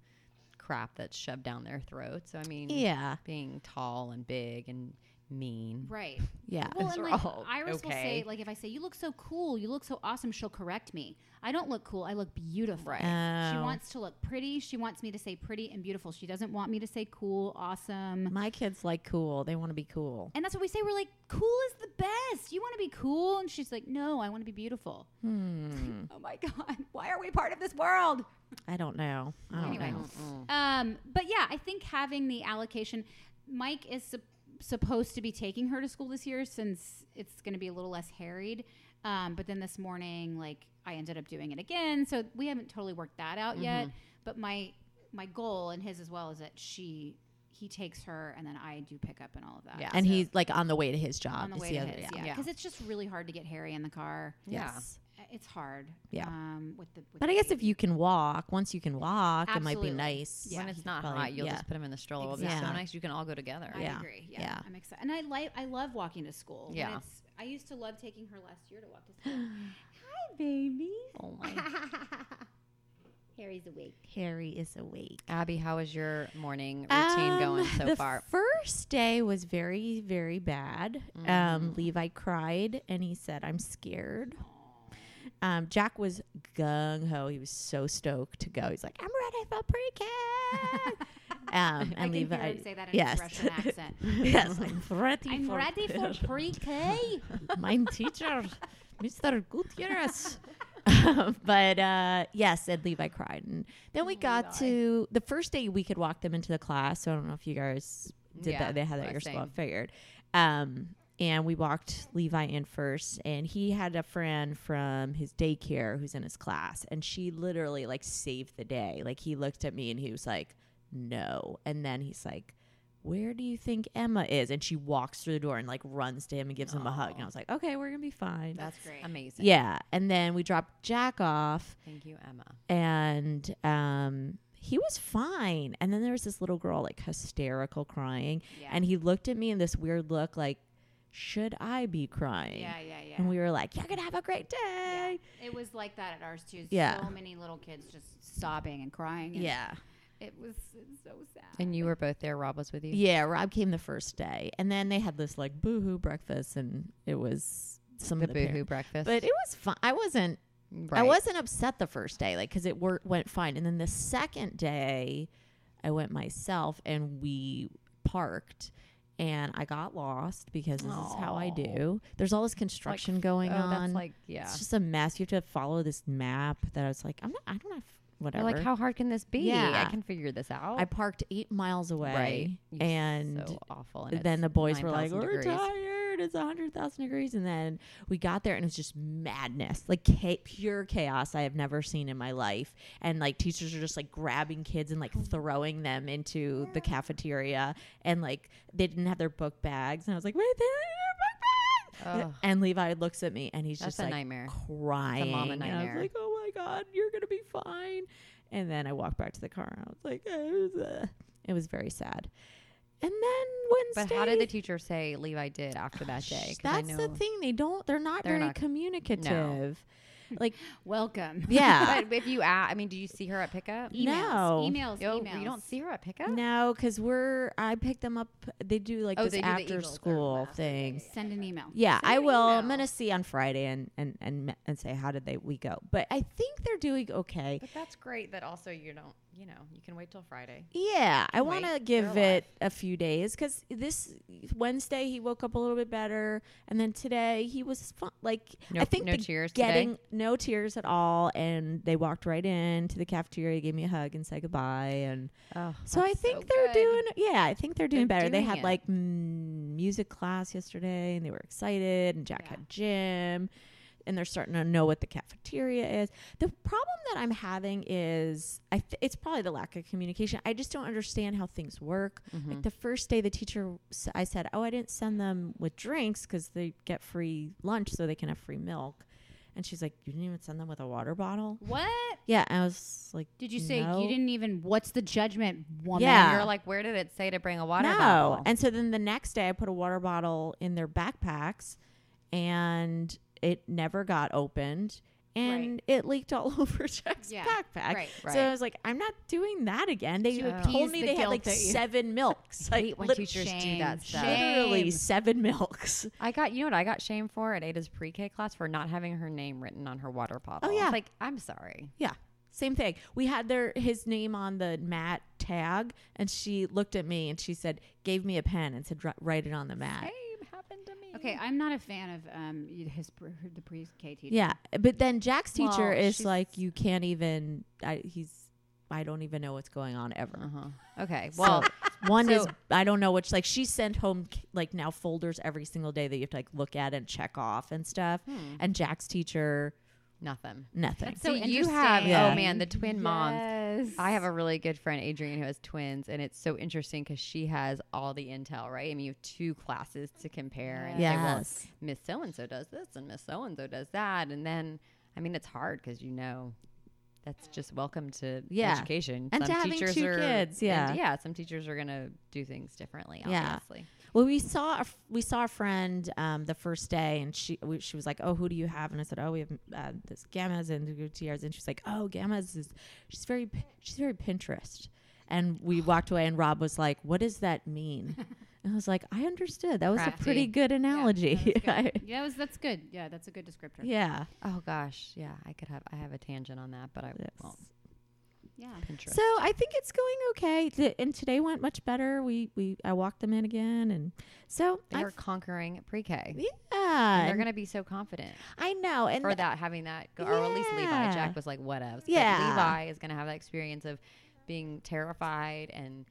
[SPEAKER 5] crap that's shoved down their throats so i mean
[SPEAKER 4] yeah.
[SPEAKER 5] being tall and big and mean
[SPEAKER 3] right.
[SPEAKER 4] Yeah.
[SPEAKER 3] Well,
[SPEAKER 5] Those
[SPEAKER 3] and
[SPEAKER 5] are
[SPEAKER 3] like
[SPEAKER 5] all
[SPEAKER 3] Iris will say,
[SPEAKER 5] okay.
[SPEAKER 3] like if I say you look so cool, you look so awesome, she'll correct me. I don't look cool. I look beautiful. She
[SPEAKER 4] Oh.
[SPEAKER 3] wants to look pretty. She wants me to say pretty and beautiful. She doesn't want me to say cool, awesome.
[SPEAKER 4] My kids like cool. They want to be cool.
[SPEAKER 3] And that's what we say. We're like, cool is the best. You want to be cool? And she's like, no, I want to be beautiful.
[SPEAKER 4] Hmm.
[SPEAKER 3] Oh my God. Why are we part of this world?
[SPEAKER 4] I don't know. I don't
[SPEAKER 3] Anyway.
[SPEAKER 4] know.
[SPEAKER 3] Um, but yeah, I think having the allocation, Mike is sup- supposed to be taking her to school this year since it's going to be a little less harried. Um, but then this morning, like, I ended up doing it again. So we haven't totally worked that out yet.
[SPEAKER 4] Mm-hmm.
[SPEAKER 3] But my my goal and his as well is that she he takes her and then I do pick up and all of that.
[SPEAKER 5] Yeah.
[SPEAKER 4] And
[SPEAKER 3] So
[SPEAKER 4] he's like on the way to his job.
[SPEAKER 3] on the
[SPEAKER 4] is
[SPEAKER 3] way
[SPEAKER 4] the
[SPEAKER 3] to
[SPEAKER 4] other-
[SPEAKER 3] his,
[SPEAKER 5] yeah.
[SPEAKER 3] yeah, because it's just really hard to get Harry in the car.
[SPEAKER 5] Yeah.
[SPEAKER 4] Yes.
[SPEAKER 3] It's hard.
[SPEAKER 4] Yeah.
[SPEAKER 3] Um, with the with
[SPEAKER 4] But
[SPEAKER 3] the
[SPEAKER 4] I guess
[SPEAKER 3] baby.
[SPEAKER 4] if you can walk, once you can walk, it might
[SPEAKER 3] Absolutely.
[SPEAKER 4] be nice.
[SPEAKER 3] Yeah.
[SPEAKER 5] when it's not
[SPEAKER 4] probably-
[SPEAKER 5] hot you'll
[SPEAKER 4] yeah.
[SPEAKER 5] just put them in the stroller it'll be so
[SPEAKER 4] Exactly.
[SPEAKER 5] nice you can all go together
[SPEAKER 3] I
[SPEAKER 4] Yeah.
[SPEAKER 3] agree. Yeah,
[SPEAKER 4] Yeah.
[SPEAKER 3] I'm excited, and I like I love walking to school. When
[SPEAKER 5] Yeah.
[SPEAKER 3] it's- I used to love taking her last year to walk to school. Hi, baby.
[SPEAKER 5] oh my
[SPEAKER 3] Harry's awake.
[SPEAKER 4] Harry is awake.
[SPEAKER 5] abby how is your morning routine
[SPEAKER 4] Um,
[SPEAKER 5] going so
[SPEAKER 4] the
[SPEAKER 5] far
[SPEAKER 4] First day was very, very bad. Um,
[SPEAKER 3] Mm.
[SPEAKER 4] Levi cried and he said, I'm scared. Um, Jack was gung ho. He was so stoked to go. He's like, I'm ready for pre K. um,
[SPEAKER 3] I
[SPEAKER 4] and
[SPEAKER 3] can
[SPEAKER 4] Levi.
[SPEAKER 3] hear him say that in his Russian accent.
[SPEAKER 4] yes, I'm ready
[SPEAKER 3] I'm
[SPEAKER 4] for
[SPEAKER 3] ready for pre-K.
[SPEAKER 4] my teacher, Mr. Gutierrez. Um, but uh, yes, and Levi cried. And then we got to the first day we could walk them into the class. So I don't know if you guys did
[SPEAKER 5] Yeah,
[SPEAKER 4] that. They had that at
[SPEAKER 5] uh,
[SPEAKER 4] your school. I
[SPEAKER 5] same.
[SPEAKER 4] figured. Um, and we walked Levi in first, and he had a friend from his daycare who's in his class, and she literally like saved the day. Like he looked at me and he was like, "No," and then he's like, where do you think Emma is? And she walks through the door and like runs to him and gives him a hug. And I was like, okay, we're gonna be fine.
[SPEAKER 5] that's
[SPEAKER 3] great.
[SPEAKER 5] amazing
[SPEAKER 4] yeah. And then we dropped Jack off,
[SPEAKER 5] thank you emma
[SPEAKER 4] and um, he was fine. And then there was this little girl like hysterical crying,
[SPEAKER 3] Yeah.
[SPEAKER 4] and he looked at me in this weird look, like, should I be crying?
[SPEAKER 3] yeah, yeah, yeah.
[SPEAKER 4] And we were like, you're gonna have a great
[SPEAKER 3] Yeah.
[SPEAKER 4] day.
[SPEAKER 3] It was like that at ours too.
[SPEAKER 4] Yeah.
[SPEAKER 3] So many little kids just sobbing and crying.
[SPEAKER 4] Yeah.
[SPEAKER 3] and- It was, it was so sad.
[SPEAKER 5] And you were both there. Rob was with you.
[SPEAKER 4] Yeah, Rob came the first day, and then they had this like boohoo breakfast, and it was some
[SPEAKER 5] The
[SPEAKER 4] of the
[SPEAKER 5] boohoo
[SPEAKER 4] parents-
[SPEAKER 5] breakfast.
[SPEAKER 4] But it was fun. I wasn't. I wasn't upset the first day, like because it wor- went fine. And then the second day, I went myself, and we parked. And I got lost because this is how I
[SPEAKER 5] Aw.
[SPEAKER 4] do. There's all this construction going
[SPEAKER 5] oh,
[SPEAKER 4] on.
[SPEAKER 5] That's like yeah.
[SPEAKER 4] It's just a mess. You have to follow this map that I was like, I'm not. I don't have
[SPEAKER 5] You're
[SPEAKER 4] whatever.
[SPEAKER 5] like how hard can this be?
[SPEAKER 4] Yeah.
[SPEAKER 5] I can figure this out.
[SPEAKER 4] I parked eight miles away,
[SPEAKER 5] You-
[SPEAKER 4] and
[SPEAKER 5] so awful. And
[SPEAKER 4] and then
[SPEAKER 5] it's
[SPEAKER 4] the boys were like,
[SPEAKER 5] 9,000
[SPEAKER 4] "We're
[SPEAKER 5] degrees.
[SPEAKER 4] tired. It's hundred thousand degrees." And then we got there, and it was just madness, like cha- pure chaos I have never seen in my life. And like teachers are just like grabbing kids and like
[SPEAKER 5] Oh.
[SPEAKER 4] throwing them into the cafeteria, and like they didn't have their book bags, and I was like, "Wait, they didn't have their book
[SPEAKER 5] Ugh.
[SPEAKER 4] bags!" And Levi looks at me, and he's
[SPEAKER 5] That's
[SPEAKER 4] just
[SPEAKER 5] a
[SPEAKER 4] like
[SPEAKER 5] nightmare.
[SPEAKER 4] crying. and I was
[SPEAKER 5] nightmare.
[SPEAKER 4] like, "Oh my god, you're gonna be fine." And then I walked back to the car, and I was like, "Uh, "It was very sad." And then
[SPEAKER 5] But
[SPEAKER 4] Wednesday.
[SPEAKER 5] how did the teacher say Levi did after that day? 'Cause I
[SPEAKER 4] That's
[SPEAKER 5] know
[SPEAKER 4] the thing. They don't. They're not
[SPEAKER 5] They're
[SPEAKER 4] very
[SPEAKER 5] not-
[SPEAKER 4] communicative. Like
[SPEAKER 3] Welcome.
[SPEAKER 4] yeah.
[SPEAKER 5] But if you ask, I mean, do you see her at pickup?
[SPEAKER 3] Emails.
[SPEAKER 4] No.
[SPEAKER 3] Emails.
[SPEAKER 5] Yo,
[SPEAKER 3] emails.
[SPEAKER 5] you don't see her at pickup.
[SPEAKER 4] no, because we're. I picked them up. They do like
[SPEAKER 5] Oh,
[SPEAKER 4] this
[SPEAKER 5] they do the
[SPEAKER 4] after
[SPEAKER 5] Eagles. They're
[SPEAKER 4] school
[SPEAKER 5] last.
[SPEAKER 4] thing.
[SPEAKER 3] Send an email.
[SPEAKER 4] Yeah,
[SPEAKER 3] Send
[SPEAKER 4] I
[SPEAKER 3] an
[SPEAKER 4] will. I'm
[SPEAKER 3] email.
[SPEAKER 4] gonna see on Friday and and and and say how did they we go. But I think they're doing okay.
[SPEAKER 5] But that's great that also you don't, you know, you can wait till Friday.
[SPEAKER 4] Yeah, I want to
[SPEAKER 5] Wait,
[SPEAKER 4] give
[SPEAKER 5] they're alive.
[SPEAKER 4] it a few days because this Wednesday he woke up a little bit better, and then today he was fun. Like
[SPEAKER 5] No-
[SPEAKER 4] I think
[SPEAKER 5] no
[SPEAKER 4] the
[SPEAKER 5] tears today?
[SPEAKER 4] getting no tears at all, and they walked right in to the cafeteria, gave me a hug, and said goodbye, and
[SPEAKER 5] Oh,
[SPEAKER 4] so I think they're doing. Yeah, I think they're doing
[SPEAKER 5] They're
[SPEAKER 4] better. they
[SPEAKER 5] doing
[SPEAKER 4] had
[SPEAKER 5] it.
[SPEAKER 4] like mm, music class yesterday, and they were excited, and Jack
[SPEAKER 3] Yeah.
[SPEAKER 4] had gym, and they're starting to know what the cafeteria is. The problem that I'm having is, I th- it's probably the lack of communication. I just don't understand how things work.
[SPEAKER 3] Mm-hmm.
[SPEAKER 4] Like the first day, the teacher, s- I said, "Oh, I didn't send them with drinks because they get free lunch, so they can have free milk," and she's like, "You didn't even send them with a water bottle."
[SPEAKER 3] What
[SPEAKER 4] Yeah, and I was like,
[SPEAKER 3] did you say?
[SPEAKER 4] "No."
[SPEAKER 3] You didn't even. What's the judgment, woman?
[SPEAKER 4] Yeah.
[SPEAKER 5] You're like, where did it say to bring a water
[SPEAKER 4] no.
[SPEAKER 5] bottle?
[SPEAKER 4] And so then the next day, I put a water bottle in their backpacks, and it never got opened, and it leaked all over Jack's
[SPEAKER 3] Yeah,
[SPEAKER 4] backpack.
[SPEAKER 3] right,
[SPEAKER 4] So I
[SPEAKER 5] right.
[SPEAKER 4] was like, I'm not doing that again. They
[SPEAKER 5] To
[SPEAKER 4] told
[SPEAKER 3] appease
[SPEAKER 4] me
[SPEAKER 3] the
[SPEAKER 4] they had
[SPEAKER 3] guilt
[SPEAKER 4] like
[SPEAKER 3] that you-
[SPEAKER 4] seven milks, like
[SPEAKER 5] Hate when
[SPEAKER 4] lit-
[SPEAKER 5] teachers do
[SPEAKER 3] shame,
[SPEAKER 5] that stuff.
[SPEAKER 3] shame.
[SPEAKER 4] literally
[SPEAKER 3] Shame.
[SPEAKER 4] seven milks.
[SPEAKER 5] I got, you know what I got shamed for at Ada's pre-K class for not having her name written on her water bottle.
[SPEAKER 4] Oh, yeah.
[SPEAKER 5] It's like I'm sorry.
[SPEAKER 4] Yeah. Same thing. We had their his name on the mat tag, and she looked at me and she said, gave me a pen and said, "Wri- write it on the mat.
[SPEAKER 5] Shame happened to me.
[SPEAKER 3] Okay, I'm not a fan of um y- his pr- the pre-K teacher.
[SPEAKER 4] Yeah, but then Jack's teacher
[SPEAKER 5] Well,
[SPEAKER 4] is
[SPEAKER 5] she's-
[SPEAKER 4] like, you can't even. I, he's. I don't even know what's going on ever.
[SPEAKER 5] Uh huh. Okay. Well,
[SPEAKER 4] One is
[SPEAKER 5] So-
[SPEAKER 4] I don't know which. Like she sent home like now folders every single day that you have to like look at and check off and stuff.
[SPEAKER 5] Hmm.
[SPEAKER 4] And Jack's teacher
[SPEAKER 5] nothing.
[SPEAKER 4] nothing.
[SPEAKER 3] so
[SPEAKER 5] So you have
[SPEAKER 4] Yeah.
[SPEAKER 5] oh man the twin moms.
[SPEAKER 3] Yes.
[SPEAKER 5] I have a really good friend Adrienne who has twins, and it's so interesting because she has all the intel, right? I mean, you have two classes to compare. And say, well,
[SPEAKER 4] Yes.
[SPEAKER 5] Miss So and So does this, and Miss So and So does that, and then I mean, it's hard because you know that's just welcome to
[SPEAKER 4] Yeah.
[SPEAKER 5] education.
[SPEAKER 4] And to having two
[SPEAKER 5] are,
[SPEAKER 4] kids,
[SPEAKER 5] and
[SPEAKER 4] yeah.
[SPEAKER 5] yeah. Some teachers are gonna do things differently.
[SPEAKER 4] Yeah.
[SPEAKER 5] Obviously.
[SPEAKER 4] Well, we saw a, f- we saw a friend um, the first day, and she we, she was like, "Oh, who do you have?" And I said, "Oh, we have uh, this Gamma's and Gutierrez," and she's like, "Oh, Gamma's is she's very p- she's very Pinterest." And
[SPEAKER 5] Oh.
[SPEAKER 4] we walked away, and Rob was like, "What does that mean?" And I was like, "I understood. That was a
[SPEAKER 5] Crafty.
[SPEAKER 4] pretty good analogy." I-
[SPEAKER 3] Yeah, that was, that's good. Yeah, that's a good descriptor.
[SPEAKER 4] yeah.
[SPEAKER 5] Oh gosh, yeah. I could have I have a tangent on that, but I
[SPEAKER 4] Yes.
[SPEAKER 5] won't.
[SPEAKER 3] Yeah.
[SPEAKER 5] Pinterest.
[SPEAKER 4] So I think it's going okay, Th- and today went much better. We we I walked them in again, and so
[SPEAKER 5] they
[SPEAKER 4] I
[SPEAKER 5] are conquering pre-K.
[SPEAKER 4] yeah,
[SPEAKER 5] And they're
[SPEAKER 4] and
[SPEAKER 5] gonna be so confident.
[SPEAKER 4] I know, and
[SPEAKER 5] or that having that go, or at least Levi.
[SPEAKER 4] Yeah.
[SPEAKER 5] Jack was like, whatevs. But
[SPEAKER 4] Yeah.
[SPEAKER 5] Levi is going to have that experience of being terrified and,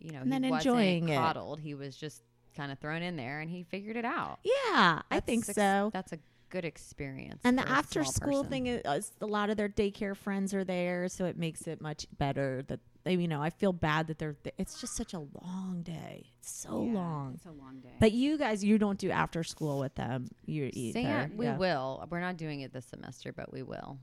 [SPEAKER 5] you know,
[SPEAKER 4] And
[SPEAKER 5] he
[SPEAKER 4] then
[SPEAKER 5] wasn't
[SPEAKER 4] enjoying it.
[SPEAKER 5] coddled. He was just kind of thrown in there and he figured it out.
[SPEAKER 4] yeah, I
[SPEAKER 5] That's
[SPEAKER 4] think
[SPEAKER 5] suc-
[SPEAKER 4] so.
[SPEAKER 5] That's a good experience.
[SPEAKER 4] And the
[SPEAKER 5] for a
[SPEAKER 4] after
[SPEAKER 5] small
[SPEAKER 4] school
[SPEAKER 5] person.
[SPEAKER 4] thing is, is a lot of their daycare friends are there, so it makes it much better that they, you know, I feel bad that they're it's just such a long day. It's so
[SPEAKER 3] Yeah,
[SPEAKER 4] long.
[SPEAKER 3] It's a long day.
[SPEAKER 4] But you guys you don't do after school with them. You either.
[SPEAKER 5] Sam, we
[SPEAKER 4] yeah.
[SPEAKER 5] will. We're not doing it this semester, but we will.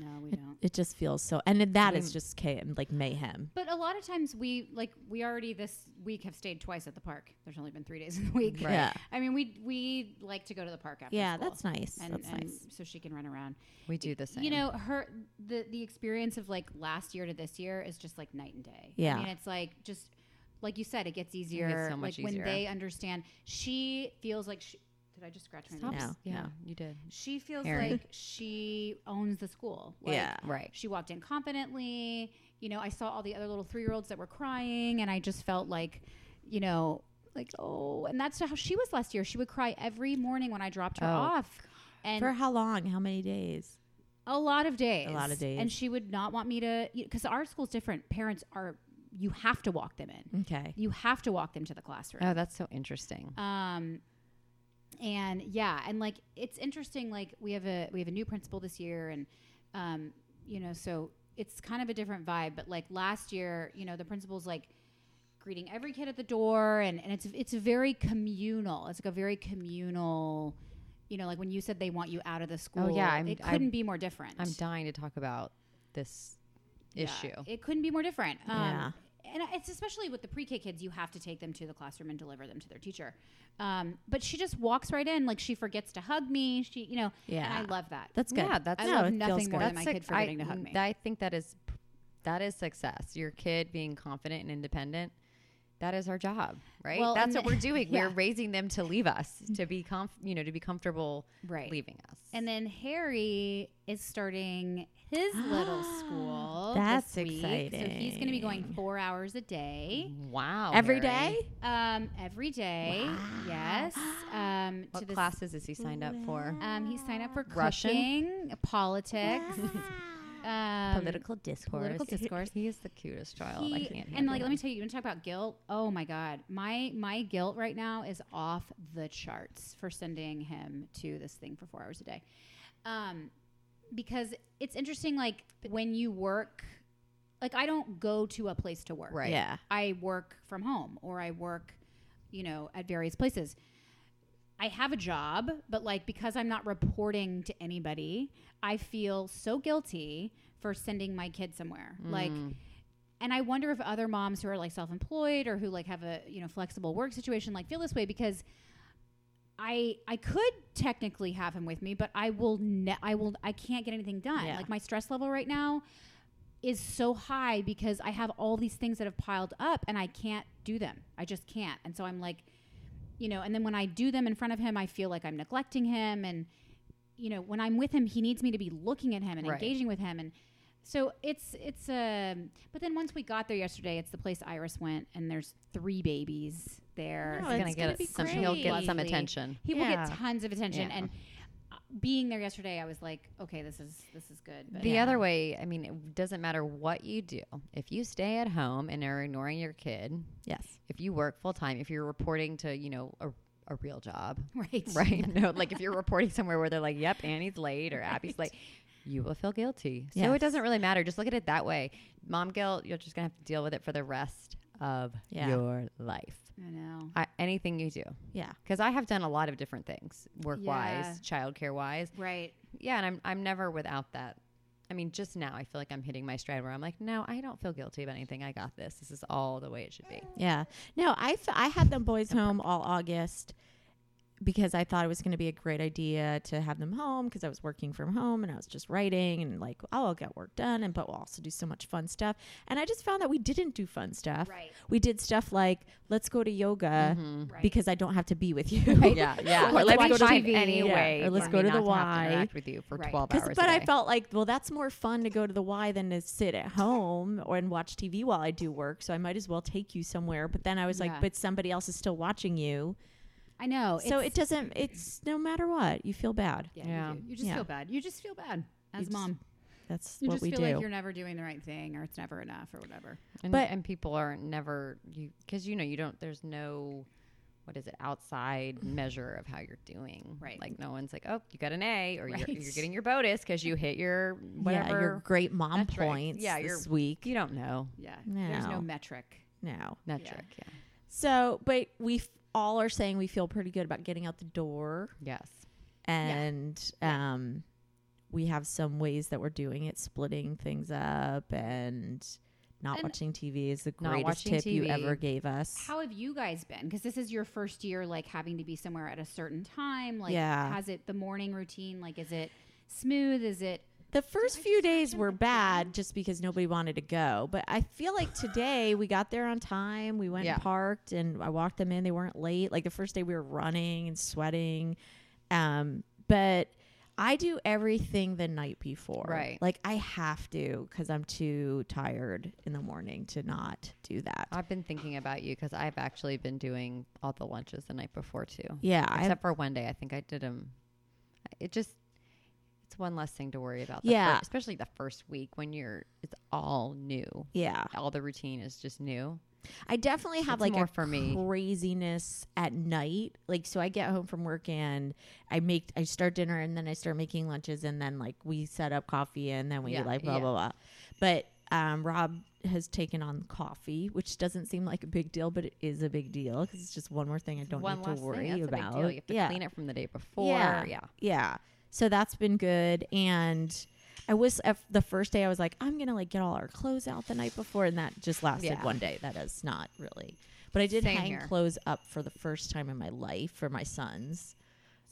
[SPEAKER 3] No, we don't.
[SPEAKER 4] It just feels so, and that is
[SPEAKER 5] Mm.
[SPEAKER 4] just cha- like mayhem.
[SPEAKER 3] But a lot of times we like we already this week have stayed twice at the park. There's only been three days in the week.
[SPEAKER 5] Right.
[SPEAKER 4] Yeah,
[SPEAKER 3] I mean, we we like to go to the park after
[SPEAKER 4] yeah,
[SPEAKER 3] school.
[SPEAKER 4] that's nice.
[SPEAKER 3] and,
[SPEAKER 4] that's
[SPEAKER 3] and
[SPEAKER 4] nice.
[SPEAKER 3] so she can run around.
[SPEAKER 5] We do the same.
[SPEAKER 3] You know, her the the experience of like last year to this year is just like night and day.
[SPEAKER 4] Yeah.
[SPEAKER 3] I mean, it's like just like you said, it gets easier.
[SPEAKER 5] so much
[SPEAKER 3] like
[SPEAKER 5] easier.
[SPEAKER 3] when they understand, she feels like she. Did I just scratch my
[SPEAKER 5] Stop.
[SPEAKER 3] nose?
[SPEAKER 4] No,
[SPEAKER 5] yeah,
[SPEAKER 4] no.
[SPEAKER 5] you did.
[SPEAKER 3] She feels
[SPEAKER 5] Erin.
[SPEAKER 3] like she owns the school. Like,
[SPEAKER 4] Yeah.
[SPEAKER 5] Right.
[SPEAKER 3] She walked in confidently. You know, I saw all the other little three year olds that were crying, and I just felt like, you know, like oh, and that's how she was last year. She would cry every morning when I dropped her
[SPEAKER 5] Oh,
[SPEAKER 3] off, and
[SPEAKER 4] For how long? How many days?
[SPEAKER 3] a lot of days,
[SPEAKER 4] A lot of days.
[SPEAKER 3] and she would not want me to because our school's different. Parents are you have to walk them in.
[SPEAKER 4] Okay.
[SPEAKER 3] You have to walk them to the classroom.
[SPEAKER 5] Oh, that's so interesting.
[SPEAKER 3] Um, and yeah, and like it's interesting. Like we have a we have a new principal this year, and um, you know, so it's kind of a different vibe. But like last year, you know, the principal's like greeting every kid at the door, and and it's it's very communal. It's like a very communal. You know, like when you said they want you out of the school.
[SPEAKER 5] Oh, yeah, I'm-
[SPEAKER 3] it
[SPEAKER 5] I'm-
[SPEAKER 3] couldn't be more different.
[SPEAKER 5] I'm dying to talk about this
[SPEAKER 3] Yeah,
[SPEAKER 5] issue.
[SPEAKER 3] It couldn't be more different. Um,
[SPEAKER 4] Yeah.
[SPEAKER 3] And it's especially with the pre-K kids, you have to take them to the classroom and deliver them to their teacher. Um, but she just walks right in, like she forgets to hug me. She, you know,
[SPEAKER 4] Yeah.
[SPEAKER 3] and I love that.
[SPEAKER 4] That's good.
[SPEAKER 5] Yeah, that's-
[SPEAKER 3] I
[SPEAKER 4] No,
[SPEAKER 3] love
[SPEAKER 4] it feels
[SPEAKER 3] nothing more
[SPEAKER 4] good.
[SPEAKER 3] than my kid forgetting
[SPEAKER 5] I,
[SPEAKER 3] to hug me.
[SPEAKER 5] I think that is that is success. Your kid being confident and independent. That is our job, right?
[SPEAKER 3] Well,
[SPEAKER 5] That's
[SPEAKER 3] and
[SPEAKER 5] what we're doing.
[SPEAKER 3] yeah.
[SPEAKER 5] We're raising them to leave us, to be comf- you know, to be comfortable
[SPEAKER 3] Right.
[SPEAKER 5] leaving us.
[SPEAKER 3] and then Harry is starting his little school.
[SPEAKER 4] That's
[SPEAKER 3] this week. So he's going to be going
[SPEAKER 4] exciting.
[SPEAKER 3] four hours a day.
[SPEAKER 5] wow,
[SPEAKER 4] every
[SPEAKER 5] Harry.
[SPEAKER 4] day.
[SPEAKER 3] Um, every day, yes. Um,
[SPEAKER 5] What
[SPEAKER 3] to this,
[SPEAKER 5] classes is he signed up for?
[SPEAKER 3] Um, he signed up for
[SPEAKER 5] Russian?
[SPEAKER 3] cooking, politics, um,
[SPEAKER 4] Political discourse.
[SPEAKER 3] political discourse.
[SPEAKER 5] He is the cutest child. I
[SPEAKER 3] He-
[SPEAKER 5] can't.
[SPEAKER 3] and
[SPEAKER 5] handle
[SPEAKER 3] like,
[SPEAKER 5] him.
[SPEAKER 3] let me tell you, you want to talk about guilt? Oh my god, my my guilt right now is off the charts for sending him to this thing for four hours a day, um, because it's interesting. Like when you work, like I don't go to a place to work.
[SPEAKER 5] Right.
[SPEAKER 4] Yeah.
[SPEAKER 3] I work from home or I work, you know, at various places. I have a job, but like because I'm not reporting to anybody, I feel so guilty for sending my kid somewhere. Like and I wonder if other moms who are like self-employed or who like have a, you know, flexible work situation like feel this way because I I could technically have him with me, but I will ne- I will I can't get anything done.
[SPEAKER 4] Yeah.
[SPEAKER 3] Like my stress level right now is so high because I have all these things that have piled up and I can't do them. I just can't. And so I'm like, you know, and then when I do them in front of him, I feel like I'm neglecting him and you know, when I'm with him, he needs me to be looking at him and
[SPEAKER 5] Right.
[SPEAKER 3] engaging with him and so it's it's um but then once we got there yesterday, it's the place Iris went and there's three babies there.
[SPEAKER 4] No,
[SPEAKER 3] It's
[SPEAKER 5] He's gonna
[SPEAKER 4] it's gonna
[SPEAKER 5] get
[SPEAKER 4] be
[SPEAKER 5] some. He'll get some
[SPEAKER 3] Lovely.
[SPEAKER 5] attention.
[SPEAKER 3] He will
[SPEAKER 4] Yeah.
[SPEAKER 3] get tons of attention.
[SPEAKER 5] Yeah.
[SPEAKER 3] And uh, being there yesterday, I was like, okay, this is this is good. But
[SPEAKER 5] The
[SPEAKER 4] Yeah.
[SPEAKER 5] other way, I mean, it doesn't matter what you do. If you stay at home and are ignoring your kid,
[SPEAKER 4] Yes.
[SPEAKER 5] if you work full time, if you're reporting to, you know, a, a real job,
[SPEAKER 3] right,
[SPEAKER 5] right? no, like if you're reporting somewhere where they're like, yep, Annie's late or Abby's
[SPEAKER 3] Right.
[SPEAKER 5] late, you will feel guilty. So
[SPEAKER 4] Yes.
[SPEAKER 5] it doesn't really matter. Just look at it that way. Mom guilt, you're just going to have to deal with it for the rest of
[SPEAKER 4] Yeah.
[SPEAKER 5] your life.
[SPEAKER 3] I know.
[SPEAKER 5] I, anything you do.
[SPEAKER 4] Yeah.
[SPEAKER 5] Because I have done a lot of different things work
[SPEAKER 3] Yeah.
[SPEAKER 5] wise, childcare wise
[SPEAKER 3] Right.
[SPEAKER 5] yeah, and I'm I'm never without that. I mean, just now I feel like I'm hitting my stride where I'm like, no, I don't feel guilty about anything. I got this. This is all the way it should be.
[SPEAKER 4] Yeah. No, I, f- I had them boys home all August because I thought it was going to be a great idea to have them home because I was working from home and I was just writing and like, oh, I'll get work done. And, but we'll also do so much fun stuff. And I just found that we didn't do fun stuff.
[SPEAKER 3] Right.
[SPEAKER 4] We did stuff like, let's go to yoga
[SPEAKER 5] Mm.
[SPEAKER 3] Right.
[SPEAKER 4] because I don't have to be with you.
[SPEAKER 5] Mm-hmm. Yeah, yeah.
[SPEAKER 4] Or let's
[SPEAKER 5] Like,
[SPEAKER 4] go to
[SPEAKER 5] find
[SPEAKER 4] TV.
[SPEAKER 5] any
[SPEAKER 4] Yeah.
[SPEAKER 5] way
[SPEAKER 4] Or let's
[SPEAKER 5] for
[SPEAKER 4] go
[SPEAKER 5] me
[SPEAKER 4] to the
[SPEAKER 5] not have
[SPEAKER 4] Y.
[SPEAKER 5] to interact with you for
[SPEAKER 3] Right.
[SPEAKER 5] twelve
[SPEAKER 4] 'Cause-
[SPEAKER 5] hours.
[SPEAKER 4] but
[SPEAKER 5] a
[SPEAKER 4] I
[SPEAKER 5] day.
[SPEAKER 4] felt like, well, that's more fun to go to the Y than to sit at home or and watch TV while I do work. So I might as well take you somewhere. But then I was
[SPEAKER 3] Yeah.
[SPEAKER 4] like, but somebody else is still watching you.
[SPEAKER 3] I know.
[SPEAKER 4] so it doesn't. It's no matter what, you feel bad.
[SPEAKER 3] yeah,
[SPEAKER 5] Yeah.
[SPEAKER 3] You, do. You just
[SPEAKER 4] Yeah.
[SPEAKER 3] feel bad. You just feel bad as
[SPEAKER 4] just-
[SPEAKER 3] mom.
[SPEAKER 4] That's
[SPEAKER 3] You
[SPEAKER 4] what
[SPEAKER 3] just
[SPEAKER 4] we
[SPEAKER 3] feel
[SPEAKER 4] do.
[SPEAKER 3] like you're never doing the right thing, or it's never enough, or whatever.
[SPEAKER 5] and,
[SPEAKER 4] but-
[SPEAKER 5] and people are never you because you know you don't. There's no what is it outside measure of how you're doing.
[SPEAKER 3] Right.
[SPEAKER 5] Like no one's like, oh, you got an A, or
[SPEAKER 3] Right.
[SPEAKER 5] you're, you're getting your bonus because you hit your whatever.
[SPEAKER 4] yeah, your great mom
[SPEAKER 5] metric.
[SPEAKER 4] points
[SPEAKER 5] Yeah,
[SPEAKER 4] this
[SPEAKER 5] you're-
[SPEAKER 4] week.
[SPEAKER 5] you don't know
[SPEAKER 3] Yeah. There's no
[SPEAKER 4] No.
[SPEAKER 3] metric.
[SPEAKER 4] No.
[SPEAKER 5] metric. Yeah.
[SPEAKER 4] So, but we f- all are saying we feel pretty good about getting out the door
[SPEAKER 5] Yes.
[SPEAKER 4] and um we have some ways that we're doing it, splitting things up and not
[SPEAKER 5] And
[SPEAKER 4] watching TV is the
[SPEAKER 5] not
[SPEAKER 4] greatest
[SPEAKER 5] watching
[SPEAKER 4] tip you
[SPEAKER 5] TV.
[SPEAKER 4] ever gave us.
[SPEAKER 3] How have you guys been? Because this is your first year, like having to be somewhere at a certain time. Like,
[SPEAKER 4] Yeah.
[SPEAKER 3] has it the morning routine? Like, is it smooth? Is it
[SPEAKER 4] The first few days were bad just because nobody wanted to go. But I feel like today we got there on time. We went
[SPEAKER 5] Yeah.
[SPEAKER 4] and parked and I walked them in. They weren't late. Like the first day we were running and sweating. Um, but I do everything the night before.
[SPEAKER 5] Right.
[SPEAKER 4] Like I have to because I'm too tired in the morning to not do that.
[SPEAKER 5] I've been thinking about you because I've actually been doing all the lunches the night before too.
[SPEAKER 4] yeah. I,
[SPEAKER 5] Except for one day, I think I did them. It just it's one less thing to worry about. The
[SPEAKER 4] Yeah.
[SPEAKER 5] fir- especially the first week when you're it's all new.
[SPEAKER 4] yeah.
[SPEAKER 5] All the routine is just new.
[SPEAKER 4] I definitely have
[SPEAKER 5] It's
[SPEAKER 4] like
[SPEAKER 5] more
[SPEAKER 4] a
[SPEAKER 5] for me.
[SPEAKER 4] craziness at night. Like so I get home from work and I make I start dinner and then I start making lunches and then like we set up coffee and then we
[SPEAKER 5] Yeah,
[SPEAKER 4] like blah
[SPEAKER 5] yeah.
[SPEAKER 4] blah blah. But um Rob has taken on coffee, which doesn't seem like a big deal, but it is a big deal because it's just one more thing I don't
[SPEAKER 5] one
[SPEAKER 4] need to
[SPEAKER 5] less
[SPEAKER 4] worry
[SPEAKER 5] thing. That's a big
[SPEAKER 4] about.
[SPEAKER 5] deal. You have to
[SPEAKER 4] yeah.
[SPEAKER 5] clean it from the day before.
[SPEAKER 4] Yeah.
[SPEAKER 5] yeah.
[SPEAKER 4] Yeah. So that's been good. And I was at the first day I was like, I'm gonna like get all our clothes out the night before, and that just lasted
[SPEAKER 5] Yeah.
[SPEAKER 4] one day. That is not really. But I did
[SPEAKER 5] Same
[SPEAKER 4] hang
[SPEAKER 5] here.
[SPEAKER 4] clothes up for the first time in my life for my sons.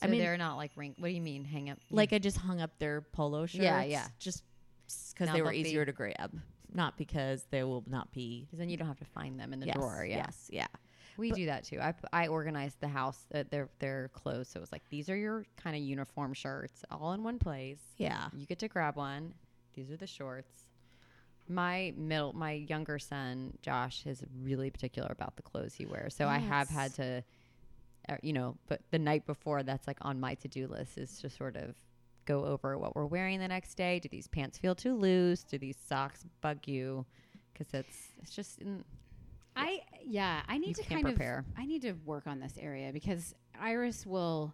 [SPEAKER 4] I
[SPEAKER 5] So
[SPEAKER 4] mean-
[SPEAKER 5] they're not like rink. What do you mean hang up?
[SPEAKER 4] Like I just hung up their polo shirts.
[SPEAKER 5] Yeah, yeah.
[SPEAKER 4] Just because
[SPEAKER 5] Now
[SPEAKER 4] they were
[SPEAKER 5] they'll be-
[SPEAKER 4] easier to grab, not because they will not be.
[SPEAKER 5] because then you don't have to find them in the
[SPEAKER 4] yes,
[SPEAKER 5] drawer. Yeah.
[SPEAKER 4] Yes. Yeah.
[SPEAKER 5] We do that too. I, p- I organized the house, uh, their their clothes. So it was like these are your kind of uniform shirts, all in one place.
[SPEAKER 4] Yeah.
[SPEAKER 5] You get to grab one. These are the shorts. My middle, my younger son Josh is really particular about the clothes he wears. So I have had to, uh, you know, but the night before, that's like on my to do list is to sort of go over what we're wearing the next day. Do these pants feel too loose? Do these socks bug you? Because it's it's just mm,
[SPEAKER 3] I yeah, I need
[SPEAKER 5] You
[SPEAKER 3] to
[SPEAKER 5] can't
[SPEAKER 3] kind
[SPEAKER 5] prepare.
[SPEAKER 3] of I need to work on this area because Iris will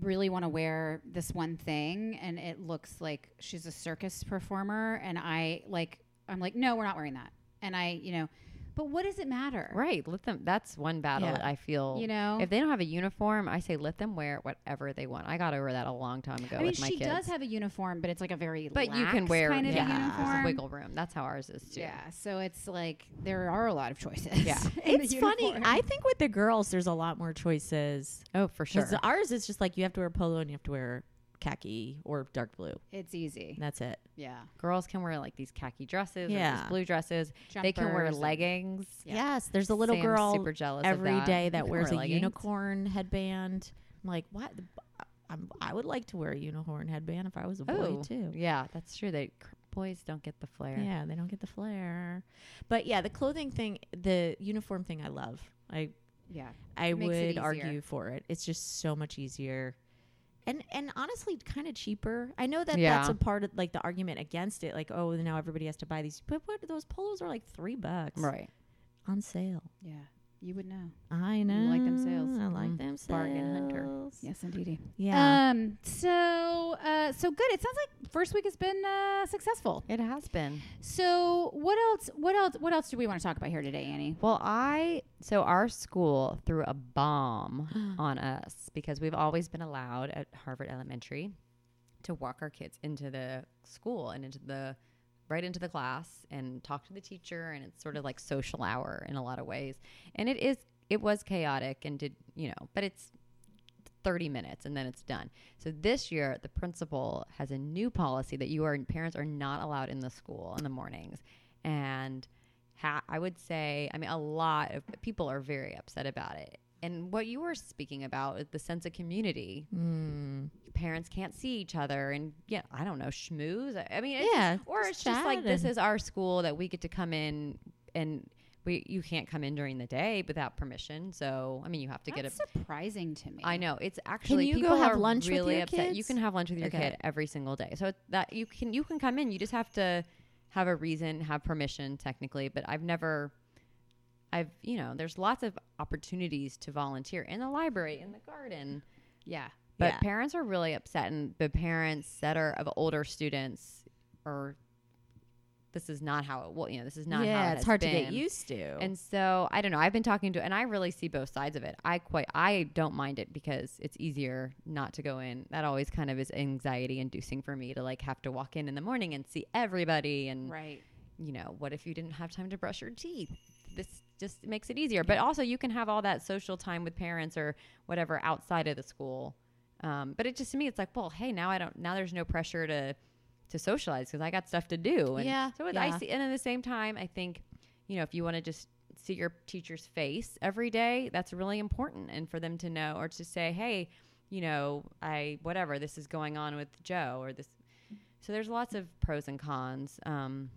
[SPEAKER 3] really want to wear this one thing and it looks like she's a circus performer and I like I'm like no, we're not wearing that. And I, you know, but what does it matter?
[SPEAKER 5] right. Let them. That's one battle
[SPEAKER 4] Yeah.
[SPEAKER 5] that I feel.
[SPEAKER 3] You know?
[SPEAKER 5] if they don't have a uniform, I say let them wear whatever they want. I got over that a long time ago
[SPEAKER 3] I mean,
[SPEAKER 5] with my
[SPEAKER 3] she
[SPEAKER 5] kids.
[SPEAKER 3] does have a uniform, but it's like a very
[SPEAKER 5] But you can
[SPEAKER 3] lax
[SPEAKER 5] wear
[SPEAKER 3] kind of a
[SPEAKER 5] yeah, there's
[SPEAKER 3] uniform.
[SPEAKER 5] wiggle room. That's how ours is too.
[SPEAKER 3] Yeah, so it's like there are a lot of choices.
[SPEAKER 5] Yeah.
[SPEAKER 3] in the
[SPEAKER 4] It's funny.
[SPEAKER 3] uniform.
[SPEAKER 4] I think with the girls, there's a lot more choices.
[SPEAKER 5] Oh, for sure.
[SPEAKER 4] Because ours is just like you have to wear polo and you have to wear khaki or dark blue.
[SPEAKER 3] it's easy.
[SPEAKER 4] And that's it.
[SPEAKER 3] Yeah,
[SPEAKER 5] Girls can wear like these khaki dresses, or
[SPEAKER 4] Yeah.
[SPEAKER 5] these blue dresses. They can wear
[SPEAKER 3] Jumpers and-
[SPEAKER 5] leggings.
[SPEAKER 3] Yeah.
[SPEAKER 4] Yes, there's a little
[SPEAKER 5] Sam's
[SPEAKER 4] girl
[SPEAKER 5] super jealous of
[SPEAKER 4] every
[SPEAKER 5] that.
[SPEAKER 4] day
[SPEAKER 5] You
[SPEAKER 4] that
[SPEAKER 5] can
[SPEAKER 4] wears
[SPEAKER 5] wear
[SPEAKER 4] a
[SPEAKER 5] leggings.
[SPEAKER 4] unicorn headband. I'm like, what? the- uh, I'm, I would like to wear a unicorn headband if I was a boy
[SPEAKER 5] Oh,
[SPEAKER 4] too.
[SPEAKER 5] yeah, that's true. They cr- boys don't get the flair.
[SPEAKER 4] Yeah, they don't get the flair. But yeah, the clothing thing, the uniform thing, I love. I
[SPEAKER 3] yeah.
[SPEAKER 4] I
[SPEAKER 3] Makes it
[SPEAKER 4] would
[SPEAKER 3] easier.
[SPEAKER 4] argue for it. It's just so much easier. And and honestly kind of cheaper. I know that that's
[SPEAKER 5] Yeah.
[SPEAKER 4] a part of like the argument against it like oh now everybody has to buy these but what those polos are like 3 bucks
[SPEAKER 5] Right.
[SPEAKER 4] on sale.
[SPEAKER 3] Yeah, you would know.
[SPEAKER 4] I know.
[SPEAKER 3] like them sales.
[SPEAKER 4] I like
[SPEAKER 5] Mm.
[SPEAKER 4] them
[SPEAKER 5] Bargain hunter.
[SPEAKER 4] sales.
[SPEAKER 3] Yes, indeed.
[SPEAKER 4] Yeah.
[SPEAKER 3] Um. So, uh, so good. It sounds like first week has been uh, successful.
[SPEAKER 5] It has been.
[SPEAKER 3] So, what else? What else? What else do we want to talk about here today, Annie?
[SPEAKER 5] Well, I so our school threw a bomb on us because we've always been allowed at Harvard Elementary to walk our kids into the school and into the right into the class and talk to the teacher and it's sort of like social hour in a lot of ways. And it is it was chaotic and did, you know, but it's 30 minutes and then it's done. So this year the principal has a new policy that you are parents are not allowed in the school in the mornings. And ha- I would say, I mean, a lot of people are very upset about it. And what you were speaking about is the sense of community.
[SPEAKER 4] Mm.
[SPEAKER 5] Parents can't see each other, and yeah, I don't know, schmooze. I- I mean, it's
[SPEAKER 4] Yeah,
[SPEAKER 5] just- or
[SPEAKER 4] just
[SPEAKER 5] it's just like
[SPEAKER 4] chat
[SPEAKER 5] this
[SPEAKER 4] and-
[SPEAKER 5] is our school that we get to come in, and we you can't come in during the day without permission. So I mean, you have to
[SPEAKER 3] That's
[SPEAKER 5] get
[SPEAKER 3] surprising to me.
[SPEAKER 5] a. I know it's actually
[SPEAKER 4] you go
[SPEAKER 5] people
[SPEAKER 4] have
[SPEAKER 5] are
[SPEAKER 4] lunch with
[SPEAKER 5] really
[SPEAKER 4] your
[SPEAKER 5] upset. You
[SPEAKER 4] kids?
[SPEAKER 5] can have lunch with your
[SPEAKER 4] Okay.
[SPEAKER 5] kid every single day, so it's that you can you can come in. You just have to have a reason, have permission technically. But I've never. I've, you know, there's lots of opportunities to volunteer in the library, in the garden.
[SPEAKER 3] Yeah.
[SPEAKER 5] But
[SPEAKER 4] Yeah.
[SPEAKER 5] parents are really upset, and the parents that are of older students are this is not how it will. You know, this is not how
[SPEAKER 4] yeah,
[SPEAKER 5] it
[SPEAKER 4] it's
[SPEAKER 5] has
[SPEAKER 4] hard to get
[SPEAKER 5] been.
[SPEAKER 4] used to.
[SPEAKER 5] And so I don't know. I've been talking to, and I really see both sides of it. I quite, I don't mind it because it's easier not to go in. That always kind of is anxiety inducing for me to like have to walk in in the morning and see everybody. And
[SPEAKER 3] Right.
[SPEAKER 5] you know, what if you didn't have time to brush your teeth? This just makes it easier. But also, you can have all that social time with parents or whatever outside of the school. Um, but it just to me, it's like, well, hey, now I don't. Now there's no pressure to to socialize because I got stuff to do. And
[SPEAKER 4] Yeah,
[SPEAKER 5] So it,
[SPEAKER 4] yeah.
[SPEAKER 5] I see, and at the same time, I think, you know, if you want to just see your teacher's face every day, that's really important, and for them to know or to say, hey, you know, I whatever this is going on with Joe or this. So there's lots of pros and cons. Um,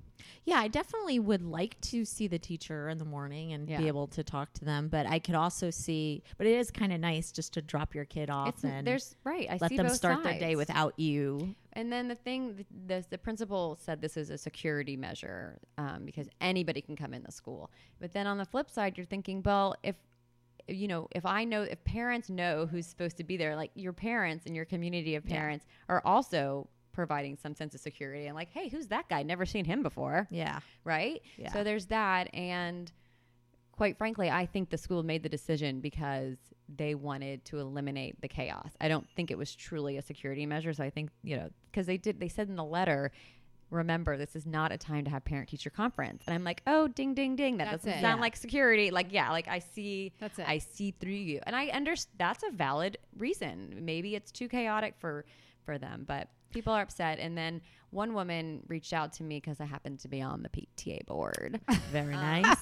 [SPEAKER 4] Yeah, I definitely would like to see the teacher in the morning and
[SPEAKER 5] Yeah.
[SPEAKER 4] be able to talk to them, but I could also see. But it is kind of nice just to drop your kid off
[SPEAKER 5] It's,
[SPEAKER 4] and
[SPEAKER 5] there's right. I
[SPEAKER 4] let
[SPEAKER 5] see
[SPEAKER 4] them
[SPEAKER 5] both
[SPEAKER 4] start their day
[SPEAKER 5] sides.
[SPEAKER 4] without you.
[SPEAKER 5] And then the thing, the, the, the principal said this is a security measure um, because anybody can come in the school. But then on the flip side, you're thinking, well, if you know, if I know, if parents know who's supposed to be there, like your parents and your community of parents are also providing some sense of security and like, hey, who's that guy? Never seen him before
[SPEAKER 4] Yeah,
[SPEAKER 5] right?
[SPEAKER 4] Yeah.
[SPEAKER 5] So there's that. And quite frankly, I think the school made the decision because they wanted to eliminate the chaos. I don't think it was truly a security measure. So I think, you know, because they did, they said in the letter, remember, this is not a time to have parent teacher conference. And I'm like, oh, ding, ding, ding. That
[SPEAKER 3] That's
[SPEAKER 5] doesn't
[SPEAKER 3] it.
[SPEAKER 5] sound
[SPEAKER 3] Yeah.
[SPEAKER 5] like security. Like, yeah, like I see,
[SPEAKER 3] That's it.
[SPEAKER 5] I see through you. And I understand that's a valid reason. Maybe it's too chaotic for, for them, but people are upset. And then one woman reached out to me because I happened to be on the PTA board.
[SPEAKER 4] very nice.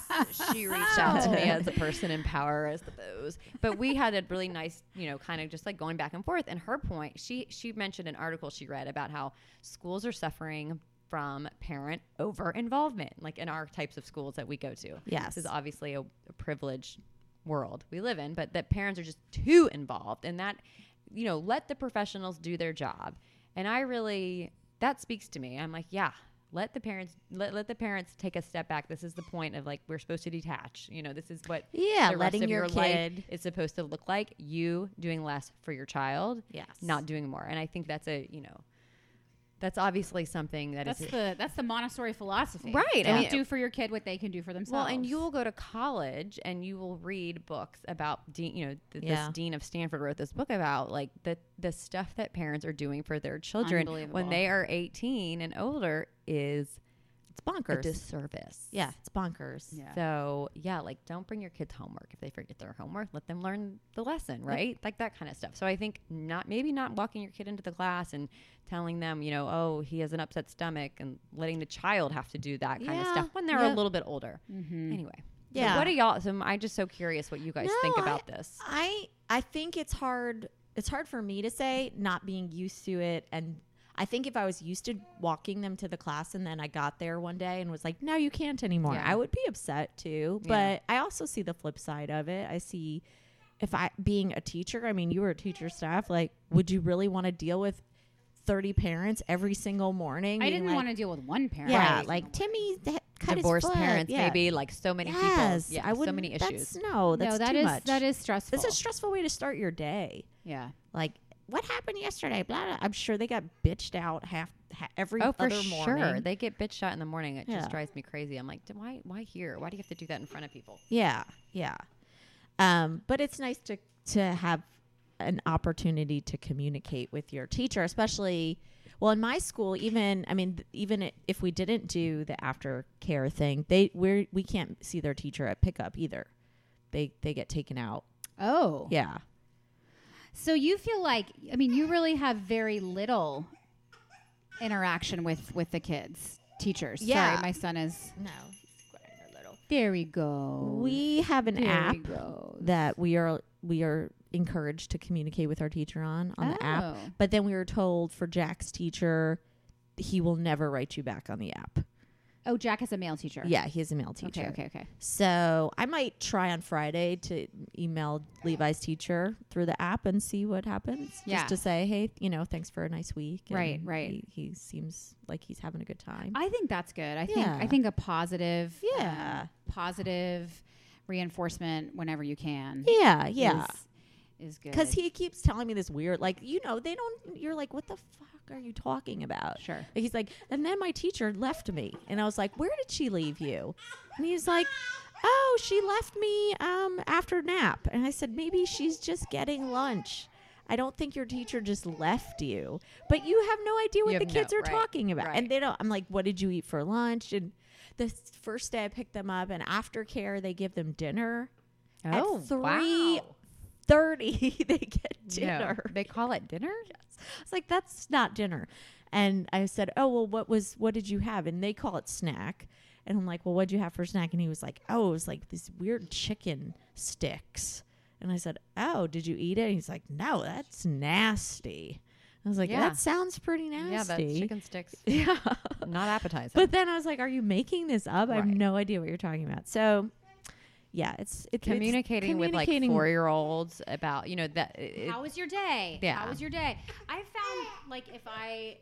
[SPEAKER 5] she reached out to me as a person in power, I suppose. But we had a really nice, you know, kind of just like going back and forth. And her point, she she mentioned an article she read about how schools are suffering from parent over involvement, like in our types of schools that we go to.
[SPEAKER 4] Yes.
[SPEAKER 5] this is obviously a, a privileged world we live in, but that parents are just too involved, and that you know, let the professionals do their job. And I really that speaks to me. I'm like, yeah, let the parents let, let the parents take a step back. This is the point of like we're supposed to detach. You know, this is what
[SPEAKER 4] Yeah,
[SPEAKER 5] the rest
[SPEAKER 4] letting
[SPEAKER 5] of
[SPEAKER 4] your
[SPEAKER 5] your, life
[SPEAKER 4] kid-
[SPEAKER 5] is supposed to look like. You doing less for your child,
[SPEAKER 4] Yes.
[SPEAKER 5] not doing more. And I think that's a you know, that's obviously something that is
[SPEAKER 3] That's the that's the Montessori philosophy,
[SPEAKER 5] Right, I
[SPEAKER 3] Don't
[SPEAKER 5] mean-
[SPEAKER 3] do for your kid what they can do for
[SPEAKER 5] Well,
[SPEAKER 3] themselves.
[SPEAKER 5] and you will go to college and you will read books about dean. You know, th-
[SPEAKER 4] Yeah.
[SPEAKER 5] this dean of Stanford wrote this book about like the the stuff that parents are doing for their children
[SPEAKER 3] Unbelievable.
[SPEAKER 5] when they are eighteen and older is
[SPEAKER 4] it's
[SPEAKER 5] a
[SPEAKER 4] bonkers.
[SPEAKER 5] disservice.
[SPEAKER 4] yeah, it's bonkers.
[SPEAKER 3] Yeah.
[SPEAKER 5] So yeah, like don't bring your kids homework if they forget their homework. Let them learn the lesson, right? Like that kind of stuff. So I think not maybe not walking your kid into the class and telling them, you know, oh he has an upset stomach, and letting the child have to do that kind of
[SPEAKER 4] Yeah,
[SPEAKER 5] stuff when they're a
[SPEAKER 4] yeah.
[SPEAKER 5] little bit older. Anyway, yeah.
[SPEAKER 4] Yeah.
[SPEAKER 5] what do y'all? So I'm just so curious what you guys think
[SPEAKER 4] No, I-
[SPEAKER 5] about this.
[SPEAKER 4] I I think it's hard it's hard for me to say not being used to it and I think if I was used to walking them to the class and then I got there one day and was like, "No, you can't anymore."
[SPEAKER 5] Yeah.
[SPEAKER 4] I would be upset too,
[SPEAKER 5] Yeah.
[SPEAKER 4] but I also see the flip side of it. I see if I being a teacher, I mean, you were a teacher staff, like would you really want to deal with 30 parents every single morning?
[SPEAKER 3] I
[SPEAKER 4] being
[SPEAKER 3] didn't
[SPEAKER 4] like,
[SPEAKER 3] want to deal with one parent.
[SPEAKER 4] Yeah,
[SPEAKER 5] Right.
[SPEAKER 4] like Timmy th- cut his
[SPEAKER 5] Divorced
[SPEAKER 4] foot.
[SPEAKER 5] parents,
[SPEAKER 4] Yeah.
[SPEAKER 5] maybe like so many
[SPEAKER 4] yes,
[SPEAKER 5] people. Yeah,
[SPEAKER 4] I
[SPEAKER 5] so
[SPEAKER 4] wouldn't-
[SPEAKER 5] many
[SPEAKER 4] that's-
[SPEAKER 5] issues.
[SPEAKER 4] no, that's
[SPEAKER 3] no, that
[SPEAKER 4] too
[SPEAKER 3] is
[SPEAKER 4] much.
[SPEAKER 3] that is stressful.
[SPEAKER 4] It's a stressful way to start your day.
[SPEAKER 3] yeah.
[SPEAKER 4] Like, what happened yesterday? Blah, blah. I'm sure they got bitched out half ha- every
[SPEAKER 5] Oh, for
[SPEAKER 4] other
[SPEAKER 5] sure.
[SPEAKER 4] morning.
[SPEAKER 5] They get bitch out in the morning. It
[SPEAKER 4] Yeah.
[SPEAKER 5] just drives me crazy. I'm like, "D- why? Why here? Why do you have to do that in front of people?
[SPEAKER 4] yeah, yeah. Um, but it's nice to to have an opportunity to communicate with your teacher, especially. Well, in my school, even I mean, th- even i- if we didn't do the aftercare thing, they we're, we can't see their teacher at pickup either. They they get taken out.
[SPEAKER 3] Oh.
[SPEAKER 4] Yeah.
[SPEAKER 3] So you feel like I mean you really have very little interaction with with the kids, teachers.
[SPEAKER 4] Yeah.
[SPEAKER 3] Sorry, my son is.
[SPEAKER 4] No.
[SPEAKER 3] There we go.
[SPEAKER 4] We have an
[SPEAKER 3] there
[SPEAKER 4] app
[SPEAKER 3] we go.
[SPEAKER 4] that we are we are encouraged to communicate with our teacher on on the app.
[SPEAKER 3] Oh.
[SPEAKER 4] But then we were told for Jack's teacher, he will never write you back on the app.
[SPEAKER 3] Oh, Jack is a male teacher.
[SPEAKER 4] Yeah, he is a male teacher.
[SPEAKER 3] Okay. Okay. Okay.
[SPEAKER 4] So I might try on Friday to email Levi's teacher through the app and see what happens.
[SPEAKER 3] Yeah.
[SPEAKER 4] Just to say, hey, you know, thanks for a nice week. and
[SPEAKER 3] Right, right.
[SPEAKER 4] He, he seems like he's having a good time.
[SPEAKER 3] I think that's good. I think
[SPEAKER 4] Yeah.
[SPEAKER 3] I think a positive,
[SPEAKER 4] Yeah.
[SPEAKER 3] um, positive reinforcement whenever you can.
[SPEAKER 4] yeah, yeah.
[SPEAKER 3] is- is good.
[SPEAKER 4] Because he keeps telling me this weird, like, you know, they don't, you're like, what the fuck are you talking about?
[SPEAKER 3] Sure.
[SPEAKER 4] And he's like, and then my teacher left me. And I was like, where did she leave you? And he's like, oh, she left me um, after nap. And I said, maybe she's just getting lunch. I don't think your teacher just left you, but you have no idea what
[SPEAKER 5] You
[SPEAKER 4] the
[SPEAKER 5] have
[SPEAKER 4] kids
[SPEAKER 5] no-
[SPEAKER 4] are
[SPEAKER 5] right,
[SPEAKER 4] talking about. And
[SPEAKER 5] right.
[SPEAKER 4] they don't, I'm like, what did you eat for lunch? And the s- first day I picked them up, and aftercare, they give them dinner.
[SPEAKER 5] Oh,
[SPEAKER 4] At three
[SPEAKER 5] wow.
[SPEAKER 4] thirty, they get
[SPEAKER 5] No,
[SPEAKER 4] dinner.
[SPEAKER 5] they call it dinner?
[SPEAKER 4] I was like, that's not dinner. And I said, oh, well, what was, what did you have? And they call it snack. And I'm like, well, what'd you have for snack? And he was like, oh, it was like these weird chicken sticks. And I said, oh, did you eat it? And he's like, no, that's nasty. I was like,
[SPEAKER 5] Yeah.
[SPEAKER 4] that sounds pretty nasty.
[SPEAKER 5] Yeah, that's chicken sticks.
[SPEAKER 4] Yeah.
[SPEAKER 5] Not appetizing.
[SPEAKER 4] but then I was like, are you making this up? I have
[SPEAKER 5] Right.
[SPEAKER 4] no idea what you're talking about. So, yeah, it's, it's
[SPEAKER 5] communicating,
[SPEAKER 4] it's
[SPEAKER 5] with like
[SPEAKER 4] communicating-
[SPEAKER 5] four year olds about, you know, that. It,
[SPEAKER 3] How was your day?
[SPEAKER 5] Yeah.
[SPEAKER 3] How was your day? I found like if I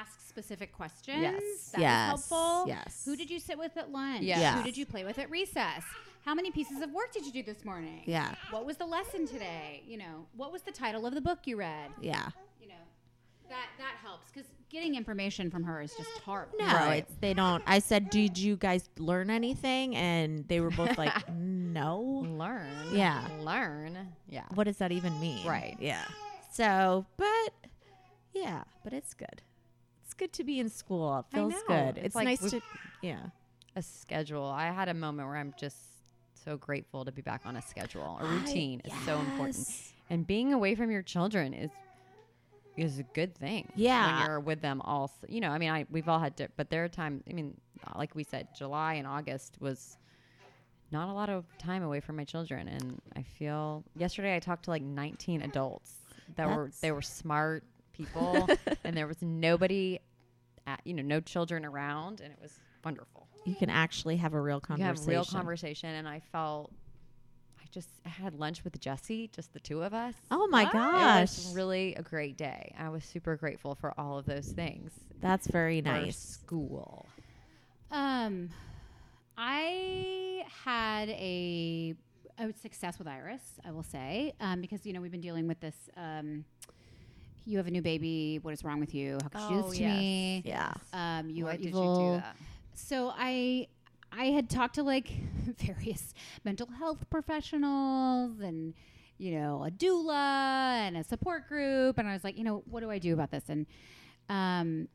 [SPEAKER 3] ask specific questions,
[SPEAKER 5] Yes.
[SPEAKER 3] that
[SPEAKER 4] Yes.
[SPEAKER 3] was helpful.
[SPEAKER 4] Yes.
[SPEAKER 3] Who did you sit with at lunch?
[SPEAKER 5] Yes.
[SPEAKER 4] Yes.
[SPEAKER 3] Who did you play with at recess? How many pieces of work did you do this morning?
[SPEAKER 4] Yeah.
[SPEAKER 3] What was the lesson today? You know, what was the title of the book you read?
[SPEAKER 4] Yeah.
[SPEAKER 3] You know, that that helps because getting information from her is just
[SPEAKER 5] Eh,
[SPEAKER 3] hard.
[SPEAKER 4] No, it's, they don't. I said, "Did you guys learn anything?" And they were both like, "No."
[SPEAKER 5] learn.
[SPEAKER 4] Yeah.
[SPEAKER 5] Learn. Yeah.
[SPEAKER 4] What does that even mean?
[SPEAKER 5] Right.
[SPEAKER 4] Yeah. So, but yeah, but it's good. It's good to be in school. It
[SPEAKER 5] I
[SPEAKER 4] feels
[SPEAKER 5] know.
[SPEAKER 4] good.
[SPEAKER 5] It's
[SPEAKER 4] It's,
[SPEAKER 5] like
[SPEAKER 4] nice
[SPEAKER 5] we-
[SPEAKER 4] to. Yeah.
[SPEAKER 5] A schedule. I had a moment where I'm just so grateful to be back on a schedule. A routine is so important.
[SPEAKER 4] Yes.
[SPEAKER 5] And being away from your children is is a good thing.
[SPEAKER 4] Yeah.
[SPEAKER 5] When you're with them all, s- you know, I mean, I we've all had, di- but there are times, I mean, like we said, July and August was not a lot of time away from my children and I feel yesterday I talked to like 19 adults that were
[SPEAKER 4] That's-
[SPEAKER 5] they were smart people and there was nobody at, you know, no children around and it was wonderful.
[SPEAKER 4] You can actually have a real
[SPEAKER 5] You
[SPEAKER 4] conversation.
[SPEAKER 5] have real conversation and I felt I just I had lunch with Jesse, just the two of us.
[SPEAKER 4] Oh my
[SPEAKER 5] It
[SPEAKER 4] gosh,
[SPEAKER 5] was really a great day. I was super grateful for all of those things.
[SPEAKER 4] that's very
[SPEAKER 5] for
[SPEAKER 4] nice.
[SPEAKER 5] school.
[SPEAKER 3] Um, I had a, a success with Iris, I will say, um, because you know we've been dealing with this. Um, you have a new baby. What is wrong with you? How could you do
[SPEAKER 5] Oh,
[SPEAKER 3] this to
[SPEAKER 5] yes.
[SPEAKER 3] me?
[SPEAKER 4] Yeah.
[SPEAKER 3] Um, you
[SPEAKER 5] Why
[SPEAKER 3] are
[SPEAKER 5] did
[SPEAKER 3] evil.
[SPEAKER 5] you do that?
[SPEAKER 3] So I I had talked to like various mental health professionals and you know a doula and a support group and I was like, you know, what do I do about this? And um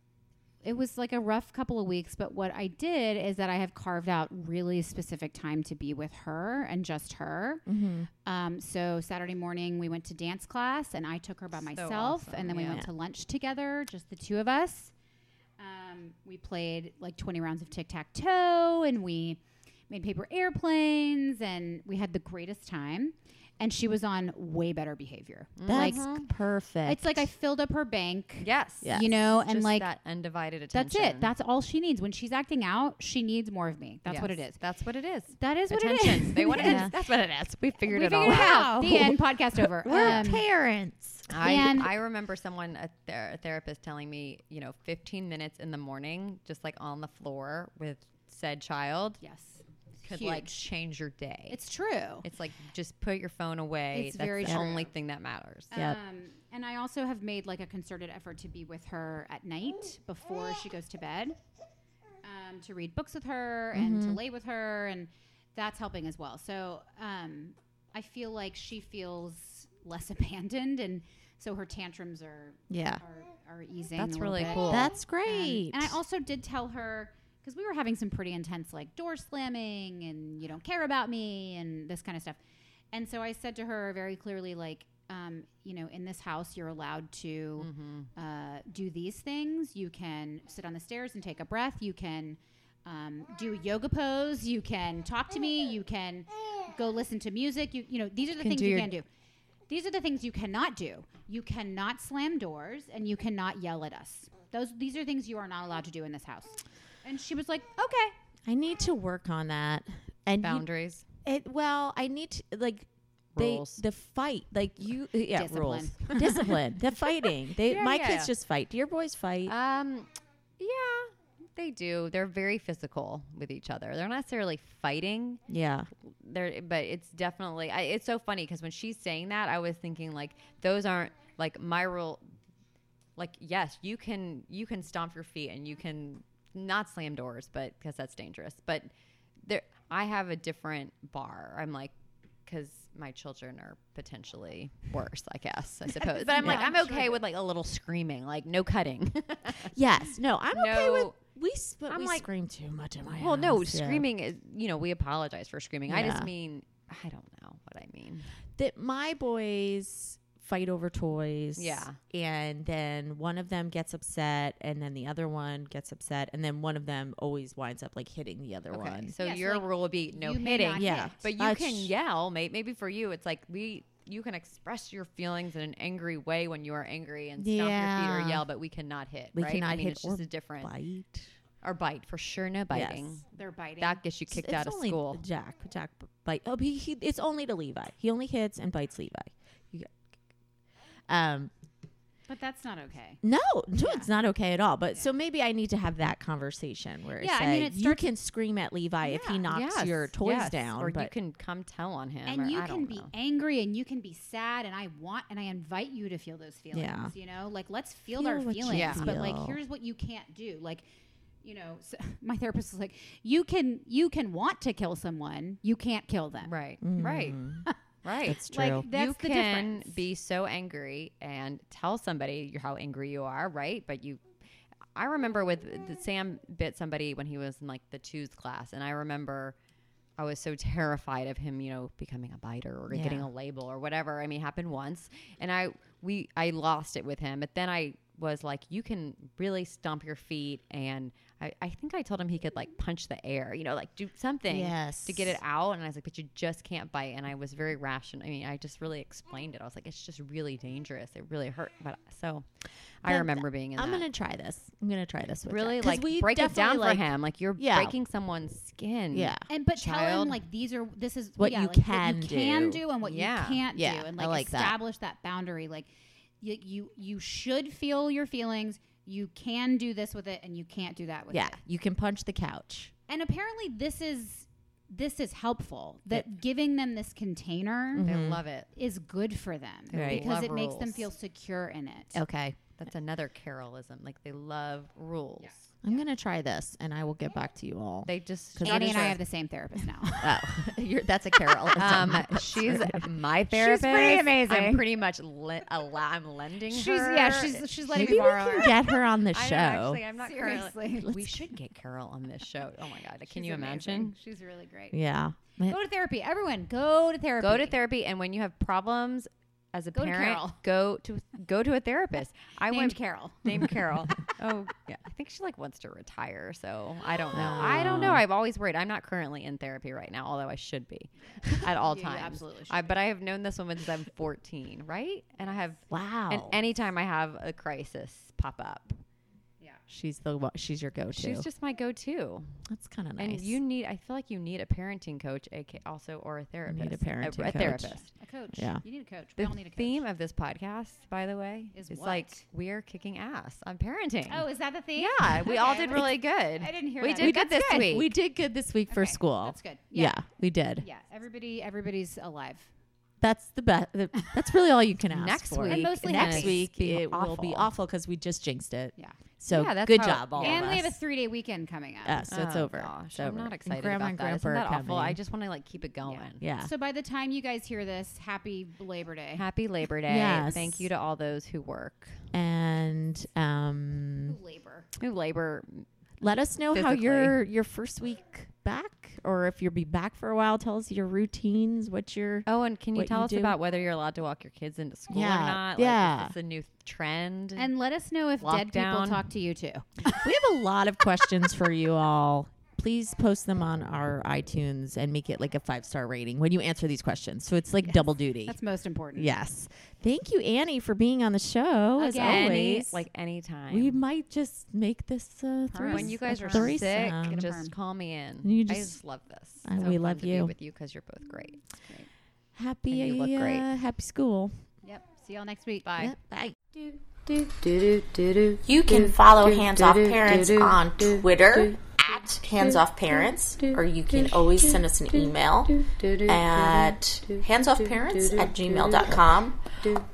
[SPEAKER 3] it was like a rough couple of weeks, but what I did is that I have carved out really specific time to be with her and just her.
[SPEAKER 5] Mm-hmm.
[SPEAKER 3] Um, so Saturday morning we went to dance class and I took her by
[SPEAKER 5] So
[SPEAKER 3] myself,
[SPEAKER 5] awesome,
[SPEAKER 3] and then we
[SPEAKER 5] yeah.
[SPEAKER 3] went to lunch together, just the two of us. Um, we played like 20 rounds of tic tac toe and we made paper airplanes and we had the greatest time. And she was on way better behavior.
[SPEAKER 5] Mm.
[SPEAKER 4] That's
[SPEAKER 3] Like,
[SPEAKER 4] perfect.
[SPEAKER 3] it's like I filled up her bank,
[SPEAKER 5] Yes.
[SPEAKER 4] Yeah.
[SPEAKER 3] you know, and
[SPEAKER 5] Just
[SPEAKER 3] like
[SPEAKER 5] that undivided attention.
[SPEAKER 3] that's it. That's all she needs. When she's acting out, she needs more of me. That's what it
[SPEAKER 5] Yes.
[SPEAKER 3] is.
[SPEAKER 5] That's what it is.
[SPEAKER 3] That is what it
[SPEAKER 5] attention.
[SPEAKER 3] is.
[SPEAKER 5] They want
[SPEAKER 4] Yeah.
[SPEAKER 5] it. That's what it is. We figured
[SPEAKER 3] we
[SPEAKER 5] it
[SPEAKER 3] figured
[SPEAKER 5] all
[SPEAKER 3] it
[SPEAKER 5] out.
[SPEAKER 3] out. The end. Podcast over.
[SPEAKER 4] We're
[SPEAKER 3] Um,
[SPEAKER 4] parents.
[SPEAKER 5] I,
[SPEAKER 3] And-
[SPEAKER 5] I remember someone, a, ther- a therapist, telling me, you know, 15 minutes in the morning, just like on the floor with said child,
[SPEAKER 3] yes.
[SPEAKER 5] could like
[SPEAKER 3] Huge.
[SPEAKER 5] change your day.
[SPEAKER 3] It's true.
[SPEAKER 5] It's like just put your phone away.
[SPEAKER 3] It's
[SPEAKER 5] That's
[SPEAKER 3] very
[SPEAKER 5] the
[SPEAKER 3] true.
[SPEAKER 5] only thing that matters.
[SPEAKER 4] Yep.
[SPEAKER 3] Um, and I also have made like a concerted effort to be with her at night before she goes to bed, um, to read books with her and
[SPEAKER 5] Mm-hmm.
[SPEAKER 3] to lay with her, and that's helping as well. So um, I feel like she feels less abandoned, and so her tantrums are
[SPEAKER 4] Yeah.
[SPEAKER 3] are, are easing.
[SPEAKER 5] That's
[SPEAKER 3] a little
[SPEAKER 5] really
[SPEAKER 3] bit.
[SPEAKER 5] cool.
[SPEAKER 4] That's
[SPEAKER 3] Um,
[SPEAKER 4] great.
[SPEAKER 3] and I also did tell her because we were having some pretty intense like door slamming and you don't care about me and this kind of stuff. And so I said to her very clearly, like, um, you know, in this house, you're allowed to uh, do these things. You can sit on the stairs and take a breath. You can um, do a yoga pose. You can talk to me. You can go listen to music. You, you know, these are the
[SPEAKER 5] can
[SPEAKER 3] things
[SPEAKER 5] do
[SPEAKER 3] you
[SPEAKER 5] your-
[SPEAKER 3] can do. These are the things you cannot do. You cannot slam doors and you cannot yell at us. Those these are things you are not allowed to do in this house. And she was like, "Okay."
[SPEAKER 4] I need to work on that. And you-
[SPEAKER 5] Boundaries.
[SPEAKER 4] it, well, I need to like they
[SPEAKER 5] Rules.
[SPEAKER 4] the fight like you uh, yeah
[SPEAKER 3] Discipline.
[SPEAKER 4] rules discipline the fighting they
[SPEAKER 5] Yeah, Uh,
[SPEAKER 4] my
[SPEAKER 5] yeah.
[SPEAKER 4] kids just fight do your boys fight
[SPEAKER 5] Um, yeah, They do. They're very physical with each other. They're not necessarily fighting.
[SPEAKER 4] Yeah.
[SPEAKER 5] They're, but it's definitely. I, it's so funny because when she's saying that, I was thinking like those aren't like my rule. Like yes, you can you can stomp your feet and you can not slam doors, but because that's dangerous. But there, I have a different bar. I'm like because my children are potentially worse. I guess I suppose. but I'm like I'm okay with like a little screaming, like no cutting.
[SPEAKER 4] Yes. No, I'm okay with
[SPEAKER 5] No.
[SPEAKER 4] we. s- But
[SPEAKER 5] I'm
[SPEAKER 4] we
[SPEAKER 5] like-
[SPEAKER 4] scream too much in my
[SPEAKER 5] Well, no,
[SPEAKER 4] house, yeah.
[SPEAKER 5] screaming is, you know, we apologize for screaming. I
[SPEAKER 4] Yeah.
[SPEAKER 5] just mean, I don't know what I mean.
[SPEAKER 4] that my boys fight over toys.
[SPEAKER 5] Yeah.
[SPEAKER 4] And then one of them gets upset and then the other one gets upset and then one of them always winds up like hitting the other
[SPEAKER 5] Okay.
[SPEAKER 4] one.
[SPEAKER 5] So
[SPEAKER 3] Yeah, so,
[SPEAKER 5] your
[SPEAKER 3] like,
[SPEAKER 5] rule would be no
[SPEAKER 3] you may
[SPEAKER 5] hitting.
[SPEAKER 3] not
[SPEAKER 4] Yeah. hit.
[SPEAKER 5] But you
[SPEAKER 4] Uh,
[SPEAKER 5] can
[SPEAKER 4] sh-
[SPEAKER 5] yell, mate. Maybe for you, it's like we, you can express your feelings in an angry way when you are angry and stomp your feet
[SPEAKER 4] Yeah.
[SPEAKER 5] or yell, but we cannot hit.
[SPEAKER 4] We
[SPEAKER 5] right? I
[SPEAKER 4] cannot
[SPEAKER 5] mean,
[SPEAKER 4] hit
[SPEAKER 5] It's just
[SPEAKER 4] or
[SPEAKER 5] a different
[SPEAKER 4] Bite.
[SPEAKER 5] or bite for sure. No biting.
[SPEAKER 4] Yes.
[SPEAKER 3] They're biting.
[SPEAKER 5] That gets you kicked
[SPEAKER 4] It's
[SPEAKER 5] out of
[SPEAKER 4] only
[SPEAKER 5] school.
[SPEAKER 4] Jack. Jack b- bite. Oh, he, he, it's only to Levi. He only hits and bites Levi. You got- Um,
[SPEAKER 3] but that's not okay.
[SPEAKER 4] no, no, it's not okay at all. But so maybe I need to have that conversation where
[SPEAKER 3] Yeah,
[SPEAKER 4] I,
[SPEAKER 3] I
[SPEAKER 4] say,
[SPEAKER 3] mean, it
[SPEAKER 4] you
[SPEAKER 3] starts-
[SPEAKER 4] can scream at Levi if he
[SPEAKER 3] Yeah.
[SPEAKER 4] knocks
[SPEAKER 5] Yes,
[SPEAKER 4] your toys
[SPEAKER 5] yes.
[SPEAKER 4] down,
[SPEAKER 5] or
[SPEAKER 4] but
[SPEAKER 5] you can come tell on him, or
[SPEAKER 3] And you
[SPEAKER 5] I
[SPEAKER 3] can
[SPEAKER 5] don't
[SPEAKER 3] be
[SPEAKER 5] know.
[SPEAKER 3] angry and you can be sad and I want and I invite you to feel those feelings.
[SPEAKER 4] Yeah.
[SPEAKER 3] You know, like let's feel,
[SPEAKER 4] Feel
[SPEAKER 3] our
[SPEAKER 4] what you
[SPEAKER 3] feelings.
[SPEAKER 5] Yeah.
[SPEAKER 3] But like
[SPEAKER 4] feel.
[SPEAKER 3] here's what you can't do. Like, you know, so, my therapist was like, You can you can want to kill someone, you can't kill them.
[SPEAKER 5] right, right, right.
[SPEAKER 4] That's true.
[SPEAKER 3] Mm. Like that's
[SPEAKER 5] you
[SPEAKER 3] the
[SPEAKER 5] can
[SPEAKER 3] difference.
[SPEAKER 5] be so angry and tell somebody you- how angry you are, right? But you, I remember with the, Sam bit somebody when he was in like the twos class, and I remember I was so terrified of him, you know, becoming a biter or getting
[SPEAKER 4] Yeah.
[SPEAKER 5] a label or whatever. I mean, it happened once, and I we I lost it with him, but then I was like, you can really stomp your feet, and I, I think I told him he could like punch the air, you know, like do something to get it
[SPEAKER 4] Yes.
[SPEAKER 5] out and I was like, but you just can't bite. And I was very rational. I mean, I just really explained it. I was like, it's just really dangerous. It really hurt. But uh, so I
[SPEAKER 4] But
[SPEAKER 5] remember being in
[SPEAKER 4] I'm
[SPEAKER 5] that.
[SPEAKER 4] gonna try this. I'm gonna try this with
[SPEAKER 5] really
[SPEAKER 4] Jack. 'Cause
[SPEAKER 5] like break it
[SPEAKER 4] definitely,
[SPEAKER 5] down
[SPEAKER 4] like,
[SPEAKER 5] for him. Like you're
[SPEAKER 4] Yeah.
[SPEAKER 5] breaking someone's skin.
[SPEAKER 4] Yeah,
[SPEAKER 3] And but tell
[SPEAKER 5] Child.
[SPEAKER 3] him like these are this is
[SPEAKER 4] What
[SPEAKER 3] yeah,
[SPEAKER 4] you
[SPEAKER 3] like,
[SPEAKER 4] can
[SPEAKER 3] what you can
[SPEAKER 4] do.
[SPEAKER 3] do and what
[SPEAKER 5] Yeah.
[SPEAKER 3] you can't
[SPEAKER 4] Yeah,
[SPEAKER 3] do and
[SPEAKER 4] I
[SPEAKER 3] like,
[SPEAKER 4] like that.
[SPEAKER 3] establish that. boundary like you, you you should feel your feelings you can do this with it and you can't do that with
[SPEAKER 4] yeah.
[SPEAKER 3] it
[SPEAKER 4] You can punch the couch.
[SPEAKER 3] and apparently this is this is helpful that giving them this container
[SPEAKER 5] They love it.
[SPEAKER 3] is good for them
[SPEAKER 5] They
[SPEAKER 4] Right.
[SPEAKER 3] because
[SPEAKER 5] love
[SPEAKER 3] it makes them
[SPEAKER 5] rules.
[SPEAKER 3] feel secure in it
[SPEAKER 4] Okay,
[SPEAKER 5] That's another Carolism. Like they love rules.
[SPEAKER 4] I'm gonna try this, and I will get back to you all.
[SPEAKER 5] They just.
[SPEAKER 4] 'Cause
[SPEAKER 3] annie
[SPEAKER 4] I'm
[SPEAKER 3] and i
[SPEAKER 4] sure-
[SPEAKER 3] have the same therapist now
[SPEAKER 4] oh, you're, that's a Carol.
[SPEAKER 5] Um, she's my therapist. I'm
[SPEAKER 3] amazing.
[SPEAKER 5] pretty much le- a la- I'm lending
[SPEAKER 3] she's
[SPEAKER 5] her.
[SPEAKER 3] yeah she's she's letting
[SPEAKER 4] Maybe
[SPEAKER 3] me
[SPEAKER 4] we
[SPEAKER 3] borrow
[SPEAKER 4] can get her on the
[SPEAKER 5] I
[SPEAKER 4] show.
[SPEAKER 5] don't actually. I'm not currently-
[SPEAKER 3] Seriously.
[SPEAKER 5] We should get Carol on this show. Oh my god! Can
[SPEAKER 3] She's
[SPEAKER 5] you
[SPEAKER 3] amazing.
[SPEAKER 5] imagine?
[SPEAKER 3] she's really great
[SPEAKER 4] yeah.
[SPEAKER 3] go to therapy everyone go to therapy
[SPEAKER 5] Go to therapy, and when you have problems as a
[SPEAKER 3] Go to
[SPEAKER 5] parent,
[SPEAKER 3] Carol.
[SPEAKER 5] go to go to a therapist. I
[SPEAKER 3] named
[SPEAKER 5] went
[SPEAKER 3] carol
[SPEAKER 5] named Carol. oh, yeah. I think she like wants to retire, so I don't know. I don't know. I've always worried. I'm not currently in therapy right now, although I should be at all
[SPEAKER 3] You
[SPEAKER 5] times.
[SPEAKER 3] absolutely should
[SPEAKER 5] I, but I have known this woman since I'm 14, right? And I have,
[SPEAKER 4] wow.
[SPEAKER 5] and anytime I have a crisis pop up,
[SPEAKER 4] she's the one- she's your go-to.
[SPEAKER 5] she's just my go-to.
[SPEAKER 4] that's kind of nice.
[SPEAKER 5] And you need, I feel like you need a parenting coach, aka also or a therapist.
[SPEAKER 4] parenting
[SPEAKER 5] a
[SPEAKER 4] coach.
[SPEAKER 5] therapist.
[SPEAKER 3] a coach
[SPEAKER 4] Yeah.
[SPEAKER 3] you need a coach we
[SPEAKER 5] The
[SPEAKER 3] all need a coach
[SPEAKER 5] theme of this podcast, by the way,
[SPEAKER 3] Is
[SPEAKER 5] is,
[SPEAKER 3] what?
[SPEAKER 5] like we're kicking ass on parenting.
[SPEAKER 3] oh is that the theme
[SPEAKER 5] yeah, we all
[SPEAKER 3] Okay.
[SPEAKER 5] did really good.
[SPEAKER 3] I didn't hear
[SPEAKER 5] We
[SPEAKER 3] that.
[SPEAKER 5] did good
[SPEAKER 3] That's
[SPEAKER 5] this
[SPEAKER 3] good.
[SPEAKER 5] week.
[SPEAKER 4] we did good this week for
[SPEAKER 3] Okay,
[SPEAKER 4] school.
[SPEAKER 3] that's good
[SPEAKER 4] Yeah.
[SPEAKER 3] yeah
[SPEAKER 4] we did.
[SPEAKER 3] yeah everybody everybody's alive
[SPEAKER 4] That's the best. That's really all you can ask
[SPEAKER 5] Next
[SPEAKER 4] for.
[SPEAKER 5] week,
[SPEAKER 3] And mostly
[SPEAKER 5] it's
[SPEAKER 3] happy.
[SPEAKER 4] next
[SPEAKER 5] gonna
[SPEAKER 4] week
[SPEAKER 5] be
[SPEAKER 4] it will be
[SPEAKER 5] awful.
[SPEAKER 4] awful because we just jinxed it.
[SPEAKER 3] yeah
[SPEAKER 4] So
[SPEAKER 5] Yeah, that's
[SPEAKER 4] good
[SPEAKER 5] how-
[SPEAKER 4] job, all
[SPEAKER 5] yeah.
[SPEAKER 4] of
[SPEAKER 3] and we have a
[SPEAKER 4] us.
[SPEAKER 3] three day weekend coming up.
[SPEAKER 4] Yeah, so it's
[SPEAKER 5] Oh,
[SPEAKER 4] over.
[SPEAKER 5] gosh,
[SPEAKER 4] It's
[SPEAKER 5] I'm
[SPEAKER 4] over.
[SPEAKER 5] not
[SPEAKER 4] And
[SPEAKER 5] excited
[SPEAKER 4] grandma
[SPEAKER 5] about
[SPEAKER 4] and
[SPEAKER 5] that.
[SPEAKER 4] grandpa
[SPEAKER 5] Isn't
[SPEAKER 4] are
[SPEAKER 5] that awful? I
[SPEAKER 4] coming.
[SPEAKER 5] just want to like keep it going.
[SPEAKER 4] yeah.
[SPEAKER 3] So by the time you guys hear this, happy Labor Day.
[SPEAKER 5] Happy Labor Day.
[SPEAKER 4] Yes.
[SPEAKER 5] Thank you to all those who work,
[SPEAKER 4] and um,
[SPEAKER 3] Labor.
[SPEAKER 5] who labor.
[SPEAKER 4] let us know how
[SPEAKER 5] Physically.
[SPEAKER 4] your your first week back, or if you'll be back for a while. Tell us your routines. What your
[SPEAKER 5] Oh, and can you
[SPEAKER 4] What you
[SPEAKER 5] tell us
[SPEAKER 4] do.
[SPEAKER 5] about whether you're allowed to walk your kids into school
[SPEAKER 4] Yeah,
[SPEAKER 5] or not?
[SPEAKER 4] yeah.
[SPEAKER 5] Like, is this a new trend?
[SPEAKER 3] And let us know if dead people
[SPEAKER 5] Lockdown.
[SPEAKER 3] talk to you too.
[SPEAKER 4] we have a lot of questions for you all. Please post them on our iTunes and make it like a five star rating when you answer these questions. So it's like double duty.
[SPEAKER 3] That's most important.
[SPEAKER 4] yes. Thank you, Annie, for being on the show. As
[SPEAKER 3] Again.
[SPEAKER 5] any,
[SPEAKER 4] always,
[SPEAKER 5] like anytime.
[SPEAKER 4] we might just make this uh, three.
[SPEAKER 5] when you guys are
[SPEAKER 4] threesome.
[SPEAKER 5] sick,
[SPEAKER 3] Get 'em
[SPEAKER 5] just
[SPEAKER 3] perm.
[SPEAKER 5] call me in.
[SPEAKER 4] You
[SPEAKER 5] I
[SPEAKER 4] just-
[SPEAKER 5] just love this.
[SPEAKER 4] I-
[SPEAKER 5] So
[SPEAKER 4] we
[SPEAKER 5] fun
[SPEAKER 4] love
[SPEAKER 5] to be
[SPEAKER 4] you.
[SPEAKER 5] with you because you're both great.
[SPEAKER 4] happy,
[SPEAKER 5] and you look great.
[SPEAKER 4] uh, happy school.
[SPEAKER 3] Yep. See y'all next week.
[SPEAKER 5] Bye.
[SPEAKER 4] Bye.
[SPEAKER 3] Bye.
[SPEAKER 4] You can follow Hands Off Parents on Twitter at Hands Off Parents, or you can always send us an email at handsoffparents at gmail.com.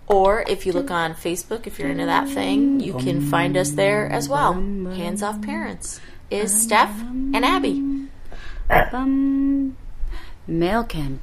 [SPEAKER 4] Or if you look on Facebook, if you're into that thing, you can find us there as well. Hands Off Parents is Steph and Abby.
[SPEAKER 6] Mail camp.